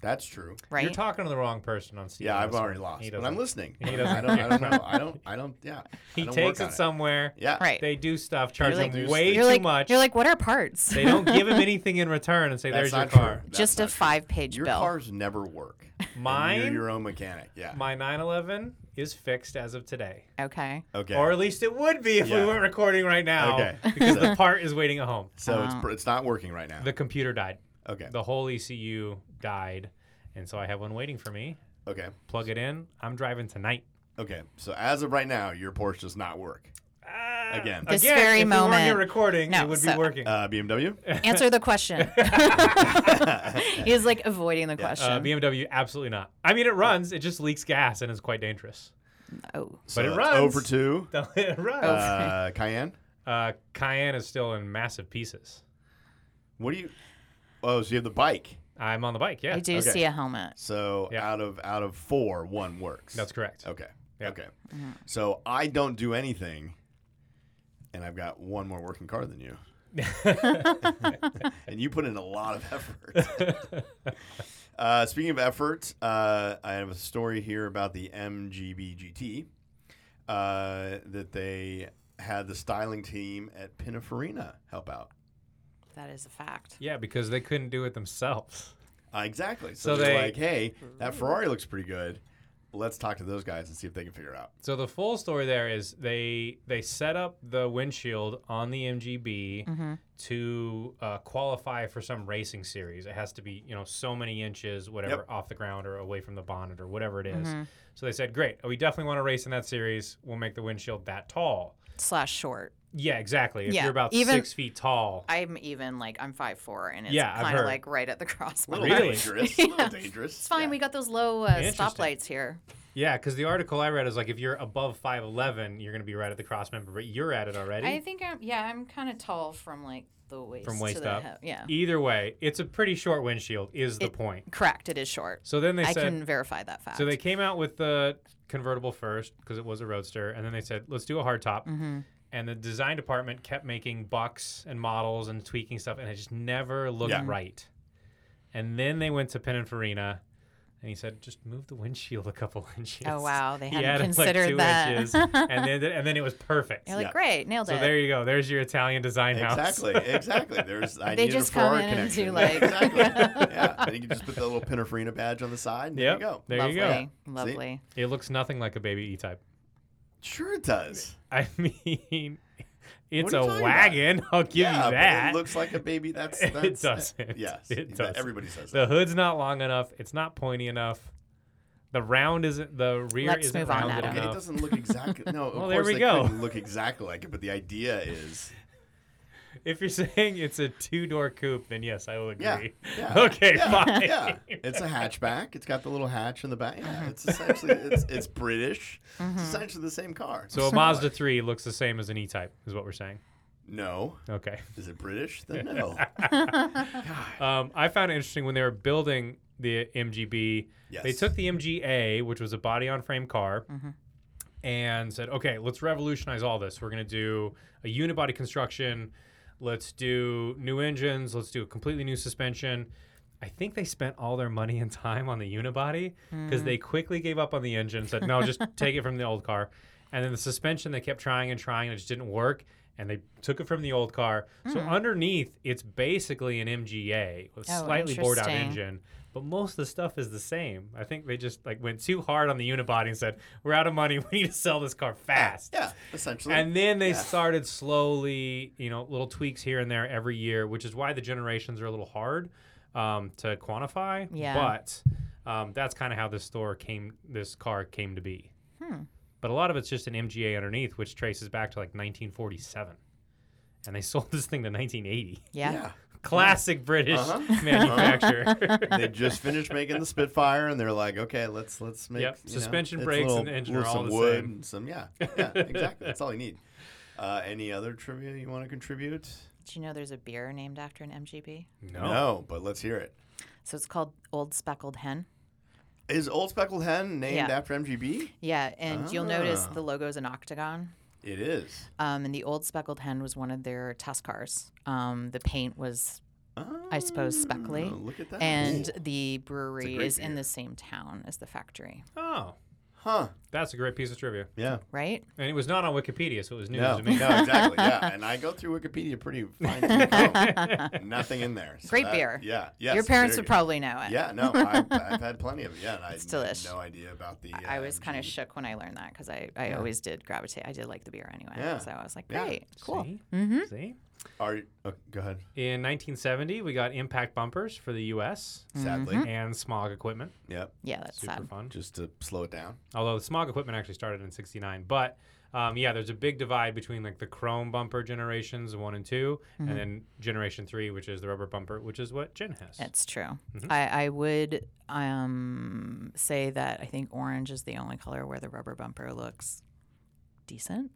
A: That's true.
C: right?
B: You're talking to the wrong person on Steve.
A: Yeah, I've
B: Madison.
A: already lost,
B: He
A: but
B: doesn't-
A: I'm listening.
B: he doesn't
A: I don't. I don't
B: care.
A: know. I don't. I don't. Yeah. I
B: He
A: don't
B: takes
A: work
B: it
A: on
B: somewhere.
A: Yeah.
C: right.
B: They do stuff. Charge
C: like-
B: him way
C: you're
B: too
C: like
B: much.
C: you're like, what are parts?
B: they don't give him anything in return and say,
A: That's
B: "There's your
A: not true.
B: car."
A: That's
C: Just
A: not
C: a
A: true.
C: five-page
A: Your
C: bill.
A: cars never work. And You're
B: Mine-
A: your own mechanic. Yeah.
B: My 911 is fixed as of today.
C: Okay.
A: Okay.
B: Or at least it would be if
A: Yeah.
B: we weren't recording right now.
A: Okay.
B: Because
A: So-
B: the part is waiting at home.
A: so
C: Oh.
A: it's it's not working right now.
B: The computer died.
A: okay.
B: The whole ECU died. And so I have one waiting for me.
A: Okay.
B: Plug it in. I'm driving tonight.
A: Okay. So as of right now, your Porsche does not work.
B: Ah,
A: Again.
C: This
B: again,
C: very
B: if we weren't here
C: moment.
B: recording,
C: No,
B: it would
C: so-
B: be working.
A: Uh, BMW.
C: Answer the question. He's like avoiding the question.
B: Uh, BMW, absolutely not. I mean, it runs. It just leaks gas and is quite dangerous.
C: oh,
A: So
B: it
A: that's
B: runs.
A: Over two.
B: it runs.
A: Uh, Cayenne.
B: Uh, Cayenne is still in massive pieces.
A: What do you? Oh, so you have the bike.
B: I'm on the bike, yeah.
C: I do
A: okay.
C: see a helmet.
A: So
B: Yeah.
A: out of out of four, one works.
B: That's correct.
A: Okay.
B: Yeah.
A: Okay. So I don't do anything, and I've got one more working car than you. and you put in a lot of effort. uh, speaking of effort, uh, I have a story here about the MGBGT uh, that they had the styling team at Pininfarina help out.
C: That is a fact.
B: Yeah, because they couldn't do it themselves.
A: Uh, exactly. So,
B: So
A: they're
B: they-
A: like, "Hey, that Ferrari looks pretty good. Let's talk to those guys and see if they can figure it out."
B: So the full story there is they they set up the windshield on the MGB to uh, qualify for some racing series. It has to be you know so many inches whatever
A: Yep.
B: off the ground or away from the bonnet or whatever it is. So they said, great, we definitely want to race in that series. We'll make the windshield that tall.
C: Slash short.
B: Yeah, exactly. If
C: Yeah,
B: you're about
C: even-
B: six feet tall,
C: I'm even like I'm five four, and it's
B: Yeah, I've
C: kind of
B: heard.
C: like right at the crossbar.
A: little
B: Really?
A: dangerous. A little dangerous.
C: It's fine.
A: Yeah.
C: We got those low uh,
B: Interesting.
C: stoplights here.
B: yeah, because the article I read is like if you're above five eleven, you're going to be right at the cross member, but you're at it already.
C: I think I'm yeah. I'm kind of tall from like the waist
B: From
C: to
B: waist
C: the
B: up.
C: hip. Yeah,
B: Either way, it's a pretty short windshield. Is the
C: It-
B: point.
C: correct. It is short.
B: So then they
C: I
B: said,
C: can verify that fact.
B: So they came out with the convertible first because it was a roadster, and then they said, "Let's do a hardtop."
C: Mm-hmm.
B: And the design department kept making bucks and models and tweaking stuff, and it just never looked
A: Yeah.
B: right. And then they went to Pininfarina, and he said, "Just move the windshield a couple inches."
C: oh wow, they
B: He
C: hadn't
B: added, like,
C: considered
B: two
C: that.
B: inches, and then and then it was perfect.
C: You're like
A: Yeah.
C: great, nailed
B: so
C: it.
B: there you go. There's your Italian design house.
A: Exactly, exactly. There's I
C: They
A: needed
C: just
A: a
C: come
A: Ferrari
C: in and
A: connection.
C: do, like-
A: exactly. yeah, and you can just put the little Pininfarina badge on the side. And
B: Yep.
A: There you go.
B: There
C: lovely,
B: you go.
C: lovely.
B: It looks nothing like a baby E-type.
A: Sure, it does.
B: I mean, it's
A: are you
B: a
A: talking about?
B: wagon. I'll give
A: yeah,
B: you
A: but
B: that.
A: it looks like a baby. That's, that's
B: it doesn't.
A: Yes,
B: It
A: that-
B: does.
A: Everybody says
B: The
A: that.
B: hood's not long enough. It's not pointy enough. The round isn't. The rear
C: Let's
B: isn't
C: move on,
B: rounded
C: Adam.
A: Okay, it
B: enough.
A: doesn't look exactly. No, of
B: Well,
A: course
B: there we
A: they
B: go.
A: couldn't look exactly like it, but the idea is
B: if you're saying it's a two-door coupe, then yes, I will agree.
A: Yeah, yeah,
B: okay, fine.
A: yeah, it's a hatchback. It's got the little hatch in the back.
C: Uh-huh.
A: Yeah, it's essentially it's, it's British.
C: Mm-hmm.
A: It's essentially the same car.
B: So a Mazda 3 looks the same as an E-Type, is what we're saying.
A: No,
B: Okay.
A: is it British? Then no.
B: Um, I found it interesting when they were building the MGB.
A: Yes.
B: They took the MGA, which was a body-on-frame car, and said, okay, let's revolutionize all this. We're going to do a unibody construction. Let's do new engines. Let's do a completely new suspension. I think they spent all their money and time on the unibody because
C: Hmm.
B: they quickly gave up on the engine, said, no, just take it from the old car. And then the suspension, they kept trying and trying, and it just didn't work. And they took it from the old car. So underneath, it's basically an MGA with
C: Hmm. Oh,
B: slightly bored out
C: interesting.
B: engine, but most of the stuff is the same. I think they just like went too hard on the unibody and said, "We're out of money. We need to sell this car fast."
A: Yeah, essentially.
B: And then they
A: Yeah.
B: started slowly, you know, little tweaks here and there every year, which is why the generations are a little hard um, to quantify.
C: Yeah.
B: But um, that's kind of how this store came, this car came to be.
A: Hmm.
B: But a lot of it's just an MGA underneath, which traces back to like 1947. And they sold this thing to 1980.
C: Yeah.
B: Classic British
A: Uh-huh.
B: manufacturer.
A: Yeah. they just finished making the Spitfire, and they're like, okay, let's let's make
B: Yep,
A: you know,
B: suspension
A: it's a
B: brakes
A: little-
B: and the engine
A: little
B: are all
A: some
B: the
A: wood,
B: same.
A: and Some yeah, yeah, exactly. That's all you need. Uh, any other trivia you want to contribute?
C: Do you know there's a beer named after an MGB?
A: No, but let's hear it.
C: So it's called Old Speckled Hen.
A: Is Old Speckled Hen named
C: Yeah.
A: after MGB?
C: Yeah, and you'll notice
A: Ah.
C: the logo's an octagon.
A: It is.
C: Um, and the old speckled hen was one of their test cars. Um, the paint was, I suppose, speckly.
A: Oh, look at that.
C: and
A: Cool.
C: the brewery
A: great
C: is in
A: beer.
C: the same town as the factory,
B: Oh,
A: huh?
B: that's a great piece of trivia.
A: Yeah.
C: right?
B: And it was not on Wikipedia, so it was news
A: No,
B: to
A: no,
B: me.
A: exactly. Yeah, and I go through Wikipedia pretty fine. tooth comb. Nothing in there. So
C: Great beer.
A: Yeah. Yes.
C: Your parents
A: very good.
C: would probably know it.
A: Yeah, no, I've, I've had plenty of it. Yeah, and I
C: It's
A: had
C: delish.
A: no idea about the.
C: I
A: uh,
C: was kind of
A: MGB.
C: shook when I learned that because I, I always did gravitate. I did like the beer anyway.
A: Yeah.
C: So I was like,
A: Yeah.
C: great, Mm-hmm. cool.
B: See? See?
A: Are you, oh, go ahead.
B: In 1970, we got impact bumpers for the U.S.
A: Sadly,
C: Mm-hmm.
B: and smog equipment.
A: yep.
C: Yeah, that's
B: Super
C: sad.
B: fun.
A: Just to slow it down.
B: Although the smog equipment actually started in '69, but um, yeah, there's a big divide between like the chrome bumper generations one and 2
C: Mm-hmm.
B: and then generation three, which is the rubber bumper, which is what Jen has.
C: It's true.
B: Mm-hmm.
C: I, I would um, say that I think orange is the only color where the rubber bumper looks decent.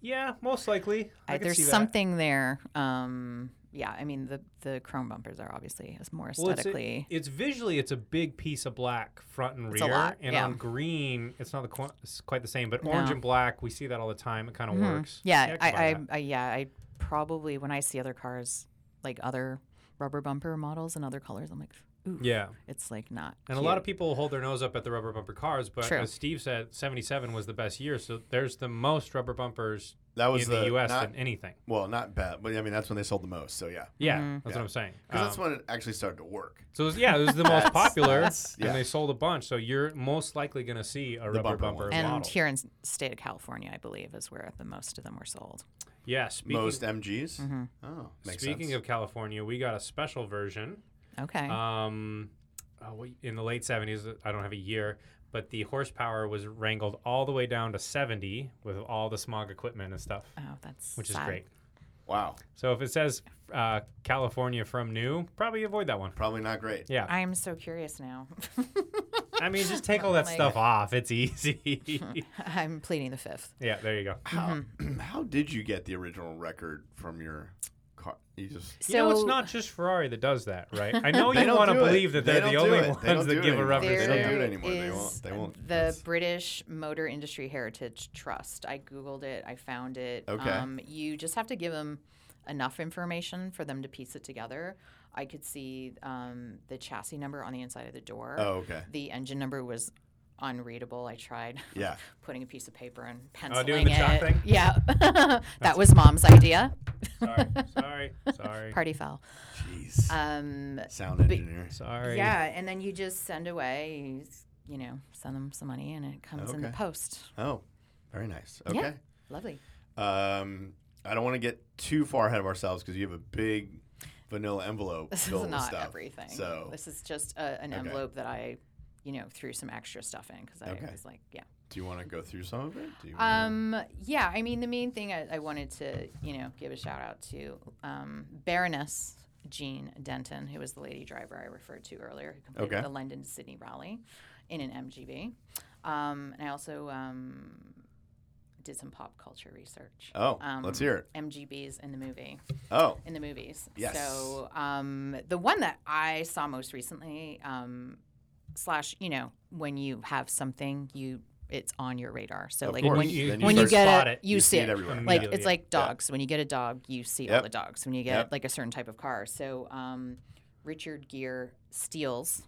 B: yeah, most likely. I,
C: I,
B: could see
C: there's
B: that.
C: something there. Um, yeah, I mean the the chrome bumpers are obviously is more
B: Well, it's, a-
C: aesthetically.
B: it's visually, it's a big piece of black front and
C: It's a
B: rear,
C: lot,
B: and
C: yeah.
B: on green, it's not the qu- it's quite the same. But orange
C: No. Mm-hmm.
B: and black, we see that all the time. It kind of works.
C: yeah,
B: could
C: I,
B: buy
C: I,
B: that.
C: I yeah I probably when I see other cars like other rubber bumper models and other colors, I'm like, ooh,
B: yeah.
C: it's like not.
B: And a lot of people hold their nose up at the rubber bumper cars, but
C: True.
B: as Steve said, 77 was the best year. So there's the most rubber bumpers
A: That was
B: in the, U.S.
A: Oh, Not,
B: than anything.
A: well, not bad, but I mean that's when they sold the most. So yeah,
B: Yeah,
C: Mm-hmm.
B: that's
A: Yeah.
B: what I'm saying.
A: because that's
B: Um,
A: when it actually started to work.
B: so it was, yeah, it was the most popular,
A: that's- yeah.
B: and they sold a bunch. So you're most likely going to see a rubber
A: bumper
B: bumper
A: ones.
C: and
B: model.
C: here in s- state of California, I believe is where the most of them were sold.
B: yeah, speaking,
A: Most MGs.
C: Mm-hmm.
A: Oh, makes
B: speaking
A: sense.
B: of California, we got a special version
C: Okay.
B: um, oh, wait, in the late 70s. I don't have a year, but the horsepower was wrangled all the way down to 70 with all the smog equipment and stuff,
C: oh, that's
B: which is
C: sad.
B: great.
A: wow,
B: So if it says uh, California from new, probably avoid that one.
A: probably not great.
B: Yeah.
C: I'm so curious now.
B: I mean, just take all that
C: Like-
B: stuff off. It's easy.
C: I'm pleading the fifth.
B: yeah, there you go.
A: How,
C: Mm-hmm.
A: how did you get the original record from your car? You just
C: So
B: you know, it's not just Ferrari that does that, right? I know
A: They
B: you
A: don't
B: want to
A: do it.
B: believe that
A: They
B: they're
A: don't
B: the
A: do
B: only
A: it. They
B: ones
A: don't
B: that
A: do
B: give
A: it
B: a rubber
A: anymore. They
C: there
A: don't
B: stamp.
A: do it anymore. They
C: is
A: won't- they won't.
C: The
A: That's-
C: British Motor Industry Heritage Trust. I Googled it. I found it. Um,
A: Okay.
C: you just have to give them enough information for them to piece it together. I could see um, the chassis number on the inside of the door.
A: Oh, okay.
C: The engine number was unreadable. I tried
A: Yeah.
C: putting a piece of paper and
B: Oh,
C: penciling
B: doing the chalk
C: it.
B: thing?
C: Yeah. that was mom's idea.
B: Sorry, sorry, sorry,
C: Party foul.
A: Jeez.
C: Um,
A: Sound engineer.
B: sorry.
C: yeah, and then you just send away, you s- you know, send them some money and it comes in the
A: Okay.
C: post.
A: Oh, very nice.
C: Yeah.
A: Okay.
C: Lovely.
A: Um, I don't want to get too far ahead of ourselves because you have a big vanilla envelope
C: This
A: filled
C: is
A: with
C: not
A: stuff.
C: everything.
A: So,
C: this is just a, an
A: Okay.
C: envelope that I, you know, threw some extra stuff in because I
A: Okay. Mm-hmm.
C: was like, yeah.
A: do you want to go through some of it? Do you wanna-
C: Um, yeah, I mean, the main thing I, I wanted to, you know, give a shout out to um, Baroness Jean Denton, who was the lady driver I referred to earlier, who completed
A: Okay.
C: the London to Sydney rally in an MGB. Um, and I also um, did some pop culture research.
A: Oh, let's hear it.
C: MGBs in the movie
A: Oh,
C: in the movies.
A: Yes.
C: So um, the one that I saw most recently, um, slash, you know, when you have something, you it's on your radar. So
A: Of
C: like
A: course.
C: when
A: You-
C: you,
A: Then you
C: when you
A: first
C: get
B: spot
C: it,
B: it,
C: you, see it.
A: everywhere.
C: Like
A: Yeah.
B: Immediately.
C: it's like dogs. When you get a dog, you see all
A: Yep.
C: the dogs. When you get
A: Yep.
C: like a certain type of car. So um, Richard Gere steals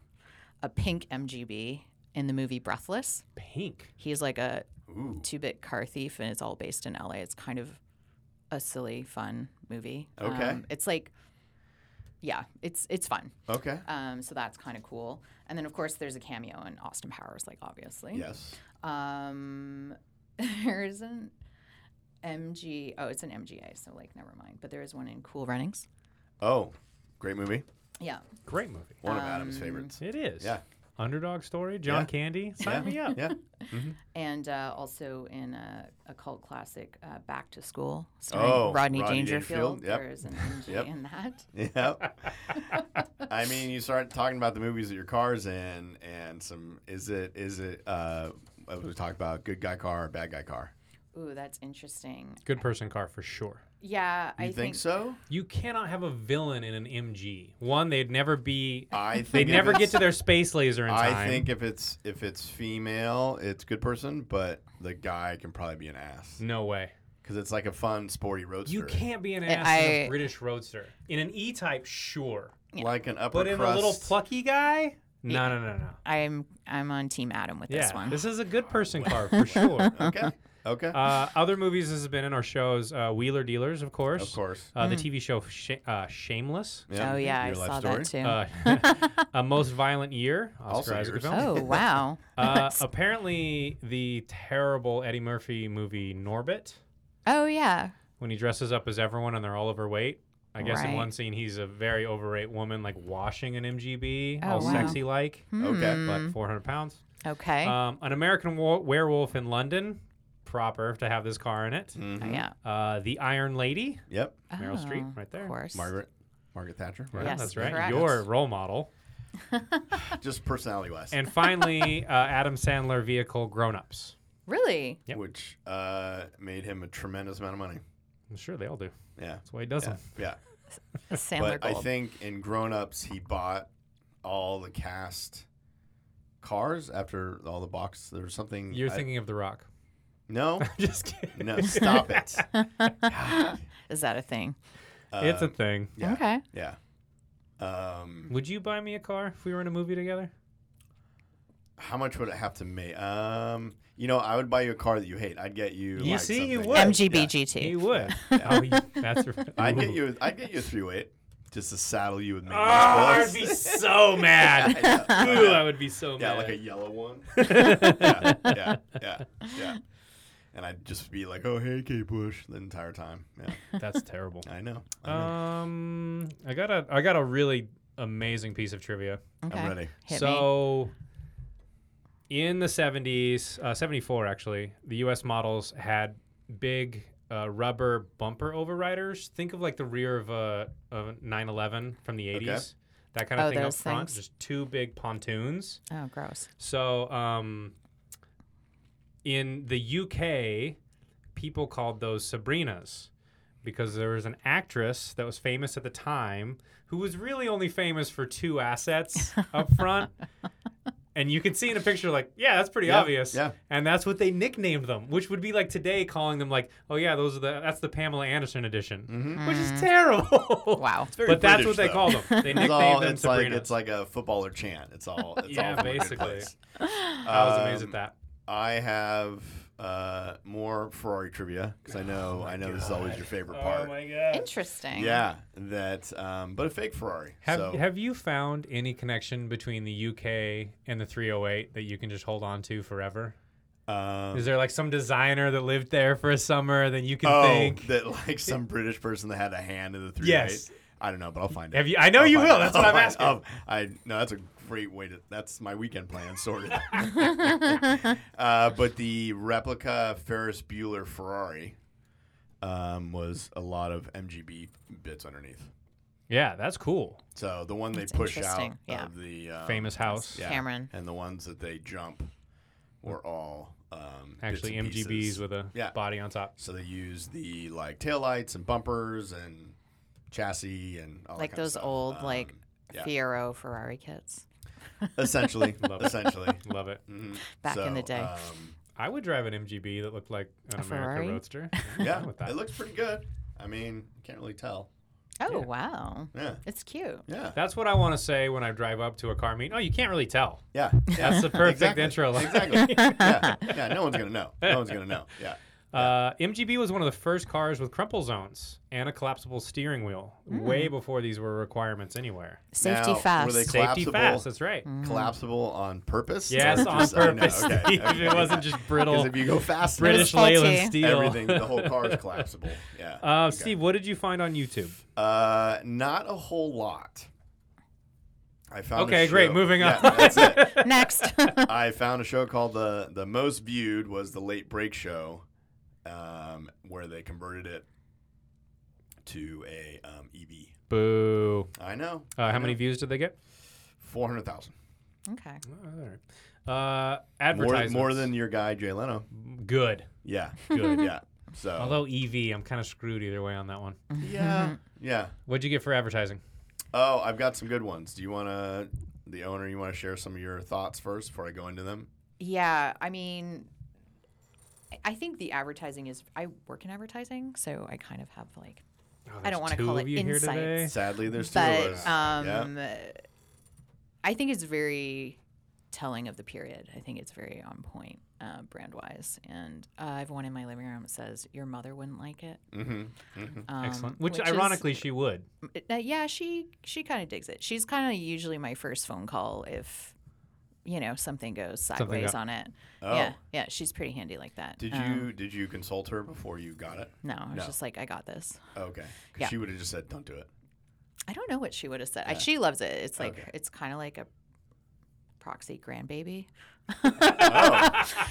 C: a pink MGB in the movie Breathless.
B: Pink.
C: He's like a
A: Ooh,
C: two-bit car thief, and it's all based in LA. It's kind of a silly, fun movie.
A: Okay.
C: Um, it's like, yeah, it's it's fun.
A: okay.
C: Um, so that's kind of cool. And then of course there's a cameo in Austin Powers, like obviously.
A: Yes.
C: Um, there's an MG. Oh, it's an MGA. So like, never mind. But there is one in Cool Runnings.
A: Oh, great movie.
C: Yeah.
B: Great movie.
A: One of Adam's
C: Um,
A: favorites.
B: It is.
A: Yeah.
B: Underdog story. John
A: Yeah.
B: Candy. Sign
A: Yeah.
B: me up.
A: Yeah.
C: and uh, also in a, a cult classic, uh, Back to School, starring
A: Oh,
C: Rodney,
A: Rodney
C: Dangerfield.
A: Dangerfield, yep.
C: There is an MG
A: Yep.
C: in that.
A: Yeah. I mean, you start talking about the movies that your car's in, and some is it is it uh, what we talk about good guy car or bad guy car?
C: Ooh, that's interesting.
B: Good person car for sure.
C: Yeah,
A: You
C: I
A: think, so?
B: You cannot have a villain in an MG. One, they'd never be.
A: I think
B: They'd
A: if
B: never get
A: it's-
B: to their space laser in time.
A: I think if it's if it's female, it's good person, but the guy can probably be an ass
B: No way.
A: because it's like a fun sporty roadster.
B: Mm. You can't be an
C: And
B: ass in
C: I-
B: a British roadster. In an E-type, sure,
A: like an upper
B: but in
A: crust.
B: a little plucky guy, no, no, no, no.
C: I'm I'm on Team Adam with
B: Yeah,
C: this one.
B: this is a good person car for sure.
A: okay, okay,
B: Uh, other movies this has been in our shows: uh, Wheeler Dealers, of course,
A: of course.
B: Uh,
C: Hmm.
B: the TV show Sh- uh, Shameless,
C: oh yeah, I
A: Your life
C: saw
A: story?
C: that too.
B: uh, A Most Violent Year,
A: Also
B: Oscar Isaac
A: yours.
B: film.
C: oh wow.
B: Uh, apparently, the terrible Eddie Murphy movie Norbit,
C: oh yeah.
B: when he dresses up as everyone and they're all overweight. I guess in
C: Right.
B: one scene he's a very overweight woman, like washing an MGB,
C: Oh,
B: all
C: wow.
B: sexy like,
A: Okay,
B: but 400 pounds.
C: Hmm. Okay.
B: Um, an American wo- Werewolf in London, proper to have this car in
A: Mm.
B: it.
C: oh, yeah. Oh,
B: Uh, the Iron Lady,
A: Mm-hmm. yep.
B: Meryl Streep, right there.
C: Of course.
A: Margaret, Margaret Thatcher.
B: Yeah,
A: Right?
C: Yes,
B: that's right.
C: correct.
B: Your role model.
A: Just personality wise.
B: And finally, uh, Adam Sandler vehicle Grown Ups.
C: Really?
B: Yep.
A: which uh, made him a tremendous amount of money.
B: I'm sure they all do.
A: Yeah,
B: That's why he does
A: yeah,
B: them.
A: yeah.
C: Sandler
A: But I
C: Gold.
A: think in Grown Ups, he bought all the cast cars after all the box. There was something.
B: You're
A: I-
B: thinking of The Rock.
A: no,
B: Just kidding.
A: no, stop it. God.
C: Is that a thing?
B: it's a
A: Um,
B: thing.
A: yeah,
C: Okay.
A: yeah. Um,
B: Would you buy me a car if we were in a movie together?
A: how much would it have to make? Um, you know, I would buy you a car that you hate. I'd get you.
B: You
A: like,
B: see, you
A: something-
B: would.
C: MGB
A: Yeah.
C: GT.
B: You would. Oh, you, that's. right.
A: I'd
B: Ooh.
A: get you. I'd get you a three weight just to saddle you with me.
B: Oh, I'd be so mad. Ooh, I would be so
A: Yeah,
B: mad.
A: like a yellow one. yeah, yeah, yeah, yeah. And I'd just be like, "Oh, hey, K. Bush," the entire time. Yeah,
B: That's terrible.
A: I know. I know.
B: Um, I got a I got a really amazing piece of trivia.
C: okay.
A: I'm ready.
C: Hit me.
B: so, in the seventies, uh, seventy four actually, the U.S. models had big uh, rubber bumper overriders. Think of like the rear of a of a 911 from the eighties. That kind of
C: Oh,
B: thing up
C: those
B: front,
C: things.
B: just two big pontoons.
C: Oh, gross.
B: So, um, in the UK, people called those Sabrinas because there was an actress that was famous at the time who was really only famous for two assets up front. And you can see in a picture, like, yeah, that's pretty
A: Yeah,
B: obvious.
A: yeah.
B: And that's what they nicknamed them, which would be like today calling them like, oh yeah, those are the that's the Pamela Anderson edition, which is terrible.
C: Wow.
A: Mm-hmm. very
B: but that's
A: British,
B: what they
A: though.
B: call them. They nicknamed
A: It's, all,
B: them
A: it's like
B: Sabrinas.
A: it's like a footballer chant. It's all. It's
B: Yeah,
A: all from a good
B: basically.
A: place.
B: I was amazed
A: Um,
B: at that.
A: I have uh, more Ferrari trivia because
B: Oh
A: I know I know this is always your favorite part.
B: god.
C: Interesting.
A: yeah, that. Um, but a fake Ferrari.
B: Have,
A: so
B: have you found any connection between the UK and the 308 that you can just hold on to forever?
A: um,
B: Is there like some designer that lived there for a summer that you can
A: oh,
B: think?
A: that like some British person that had a hand in the three.
B: Yes.
A: I don't know, but I'll find it.
B: Have you? I know
A: I'll
B: you
A: find
B: will.
A: it.
B: That's
A: I'll
B: what I'm
A: find-
B: asking.
A: I'll- Oh, I no, that's a great way to. That's my weekend plan sorted. uh, but the replica Ferris Bueller Ferrari um, was a lot of MGB bits underneath.
B: Yeah, that's cool.
A: So the one they
C: That's
A: push out
C: interesting, yeah.
A: of the um,
B: Famous house.
A: yeah,
C: Cameron.
A: and the ones that they jump were all um, bits
B: Actually,
A: and
B: MGBs
A: pieces.
B: with a
A: Yeah.
B: body on top.
A: So they use the like taillights and bumpers and chassis and all that
C: Like
A: kind of
C: those
A: stuff.
C: old,
A: Um,
C: like,
A: yeah.
C: Fiero Ferrari kits
A: essentially
B: Love it.
A: essentially
B: Love it.
A: Mhm.
C: back in the
A: So,
C: day.
A: um,
B: I would drive an MGB that looked like an
C: A
B: America
C: Ferrari?
B: Roadster.
A: Yeah,
B: with that.
A: it looks pretty good. I mean, you can't really tell.
C: Oh,
B: Yeah.
C: wow.
A: Yeah,
C: It's cute.
A: yeah,
B: That's what I want to say when I drive up to a car meet. Oh, you can't really tell.
A: yeah. yeah.
B: That's the perfect
A: Exactly.
B: intro.
A: Exactly. yeah, yeah. No one's gonna know. No one's gonna know. Yeah.
B: Uh, MGB was one of the first cars with crumple zones and a collapsible steering wheel,
A: Hmm.
B: way before these were requirements anywhere.
C: Safety
A: Now,
C: fast. Mm-hmm.
A: were they cl-
B: Safety
A: Collapsible.
B: fast, that's right.
C: Mm.
A: Collapsible on purpose?
B: Yes,
A: Or
B: on
A: just- I know,
B: purpose.
A: okay,
B: Steve.
A: okay.
B: It wasn't just
A: Because
B: brittle
A: if you go fast, enough,
B: British
C: faulty.
B: Leyland steel.
A: everything, the whole car is collapsible. Yeah.
B: Uh,
A: Okay.
B: Steve, what did you find on YouTube?
A: Uh, not a whole lot. I found. a
B: Okay, great,
A: show-
B: moving
A: Yeah,
B: on.
A: that's it.
C: Next.
A: I found a show called the the most viewed was the Late Break Show, um, where they converted it to a um, EV.
B: Boo.
A: I know.
B: Uh, how many views did they get?
A: Four hundred thousand.
C: okay.
B: All right. Uh,
A: More,
B: advertisements.
A: more than your guy Jay Leno.
B: good.
A: Yeah.
B: Good.
A: Yeah. So.
B: Although EV, I'm kind of screwed either way on that one.
A: yeah. Yeah.
B: What'd you get for advertising?
A: Oh, I've got some good ones. Do you want to, the owner, you want to share some of your thoughts first before I go into them?
C: Yeah, I mean, I- I think the advertising is. I work in advertising, so I kind of have like,
B: Oh,
C: I
B: there's
C: don't want to
B: two
C: call
B: of
C: it
B: you here
C: insights,
B: today.
A: Sadly, there's two of us.
C: but
A: yeah.
C: um, I think it's very telling of the period. I think it's very on point, uh, brand wise. And uh, I have one in my living room that says, "Your mother wouldn't like it."
A: hmm
C: Um,
B: Excellent. Which,
C: is-
B: ironically, she would.
C: uh, yeah, she she kind of digs it. She's kind of usually my first phone call if you know something goes sideways
B: got-
C: on it.
A: Oh.
C: Yeah, yeah, she's pretty handy like that.
A: Did
C: Um,
A: you did you consult her before you got it?
C: No, I was
A: No.
C: just like, I got this.
A: Okay. 'Cause
C: Yeah.
A: She would have just said, "Don't do it."
C: I don't know what she would have said. I She loves it. It's like
A: Okay.
C: it's kind of like a proxy grandbaby.
A: Oh,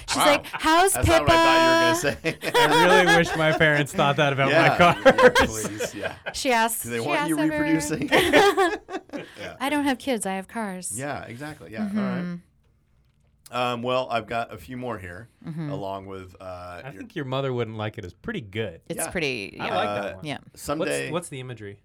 C: She's
A: Wow.
C: like, "How's
A: that's
C: Pippa?"
A: not what I thought you were gonna say.
B: I really wish my parents thought that about
A: yeah.
B: my car.
A: yeah, please. Yeah.
C: she asks.
A: Do they
C: she
A: want you
C: asks everyone,
A: reproducing?
C: I don't have kids. I have cars.
A: yeah. Exactly. Yeah. all right.
C: Mm-hmm.
A: Um, well, I've got a few more here, along with uh,
B: I
A: your-
B: think your mother wouldn't like it is pretty good.
C: It's
A: Yeah.
C: pretty. Yeah.
B: I like that
A: Uh,
B: one.
C: yeah.
A: someday.
B: What's, what's the imagery?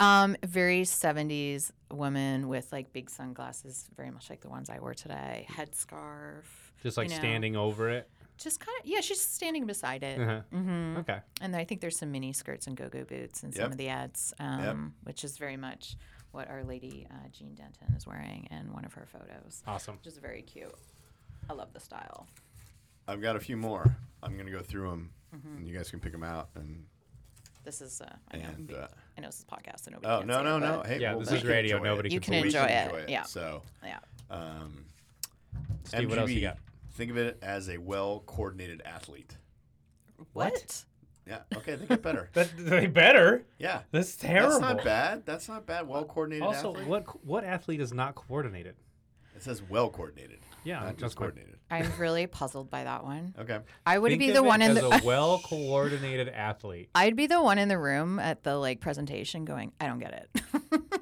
C: Um, very 70s woman with like big sunglasses, very much like the ones I wore today, headscarf.
B: Just
C: you
B: like
C: know,
B: standing over it.
C: Just kind of, yeah, she's standing beside it.
B: Uh-huh.
C: hmm
B: Okay.
C: And I think there's some mini skirts and go go boots in
A: Yep.
C: some of the ads, um, which is very much what Our Lady uh, Jean Denton is wearing in one of her photos,
B: Awesome.
C: which is very cute. I love the style.
A: I've got a few more. I'm gonna go through them, and you guys can pick them out. And
C: This is, uh, Mm-hmm. I, know,
A: and
C: we-
A: uh,
C: I know this is a podcast, so nobody
A: oh
C: can
A: no
C: see
A: no
C: it,
A: no.
C: but-
A: Hey,
B: Yeah,
A: well,
B: this
A: we
B: is
A: can
B: radio.
A: enjoy it.
B: Nobody
C: You
B: can
C: can
A: We
B: believe
C: enjoy it. Yeah.
A: So,
C: Yeah.
A: um,
B: Steve, what else you
A: MGB,
B: got?
A: Think of it as a well-coordinated athlete.
C: What?
A: Yeah. Okay, they get better.
B: That, they better.
A: Yeah.
B: That's
A: That's
B: terrible.
A: not bad. That's not bad. Well-coordinated
B: Also,
A: athlete.
B: what what athlete is not coordinated?
A: It says well-coordinated.
B: Yeah,
A: Not
B: that's
A: just
B: fine.
A: coordinated.
C: I'm really puzzled by that one.
A: Okay.
C: I would
B: Think
C: be
B: of
C: the
B: it
C: one in
B: as
C: the
B: a well coordinated athlete.
C: I'd be the one in the room at the like presentation going, I don't get it.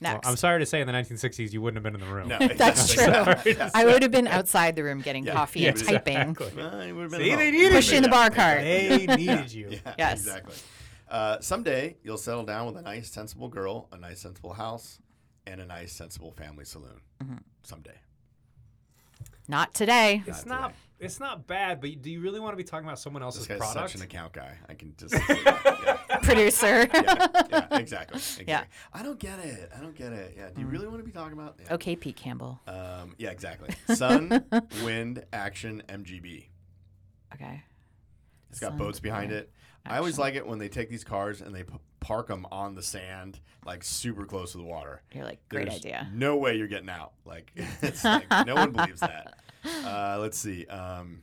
B: Well,
C: Next.
B: I'm sorry to say, in the 1960s, you wouldn't have been in the room.
A: No.
C: That's
A: exactly.
C: true.
B: Sorry.
C: I would have been outside the room getting
A: Yeah,
C: coffy
A: yeah,
C: and typing,
B: Exactly.
A: Well, it would've been
B: See,
A: home.
B: they needed
C: pushing the bar cart.
B: They needed you.
A: Yeah,
C: Yes.
A: Exactly. Uh, someday you'll settle down with a nice, sensible girl, a nice, sensible house, and a nice, sensible family saloon.
C: Mm-hmm.
A: Someday.
C: Not today.
B: It's not. It's not bad, but do you really want to be talking about someone else's
A: This guy's
B: product?
A: such an account guy. I can just. yeah,
C: Producer.
A: yeah, yeah, exactly. exactly.
C: Yeah. Mm.
A: I don't get it. I don't get it. Yeah. Do you really want to be talking about? Yeah.
C: Okay, Pete Campbell.
A: Um, yeah. Exactly. Sun, wind, action, MGB.
C: Okay.
A: It's got
C: Sun,
A: boats behind it. I always like it when they take these cars and they p- park them on the sand, like super close to the water.
C: You're like, great
A: There's
C: idea.
A: No way you're getting out. Like, it's like no one believes that. Uh, let's see. Um,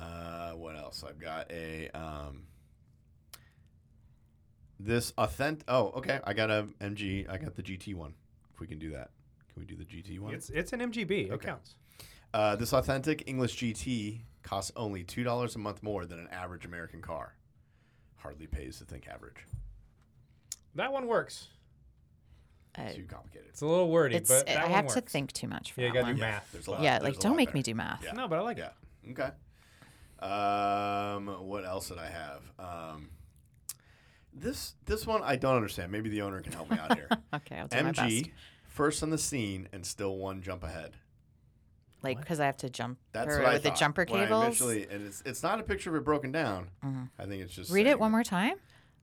A: uh, what else? I've got a um, this authentic. Oh, okay. I got a MG. I got the GT one. If we can do that, can we do the GT one?
B: It's it's an MGB. It
A: Okay.
B: counts.
A: Uh, this authentic English GT costs only two dollars a month more than an average American car. Hardly pays to think average.
B: That one works.
C: Uh,
A: Too complicated.
B: It's a little wordy,
C: it's,
B: but
C: I
B: that one
C: have
B: works.
C: to think too much for
B: Yeah, you
C: that
B: gotta do
C: one.
B: math.
C: Yeah,
A: There's a lot.
C: like,
A: there's a
C: don't
A: lot
C: make
A: there.
C: me do math.
A: Yeah.
B: No, but I like it.
A: Yeah. Okay. Um, what else did I have? Um, this this one I don't understand. Maybe the owner can help me out here.
C: Okay, I'll do my best.
A: MG, first on the scene and still one jump ahead.
C: like because I have to jump
A: That's
C: or
A: what I
C: with the
A: thought
C: jumper
A: when I
C: cables. Mm-hmm.
A: initially- and it's it's not a picture of it broken down. I think it's just
C: Read it
A: saying
C: one more time.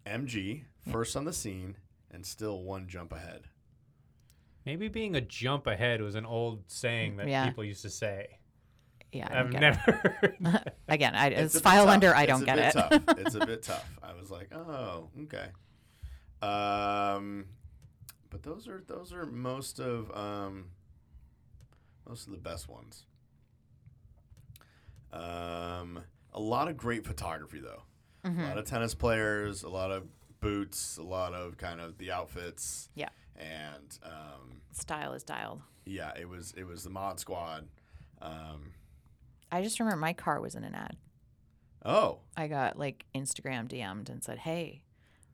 A: MG first on the scene and still one jump ahead.
B: Maybe being a jump ahead was an old saying that
C: Yeah.
B: people used to say.
C: Yeah, I don't
B: I've
C: get
B: never. heard
C: it. Again, I, it's,
A: a bit
C: file
A: tough.
C: under. I
A: It's
C: don't
A: a
C: get
A: bit
C: it.
A: Tough. It's a bit tough. I was like, oh, okay. Um, but those are those are most of um, most of the best ones. Um, a lot of great photography though.
C: Mm-hmm. Hmm.
A: A lot of tennis players, a lot of boots, a lot of kind of the outfits.
C: Yeah.
A: And um,
C: Style is dialed.
A: yeah, it was it was the mod squad. Um,
C: I just remember my car was in an ad.
A: oh,
C: I got like Instagram DM'd and said, "Hey,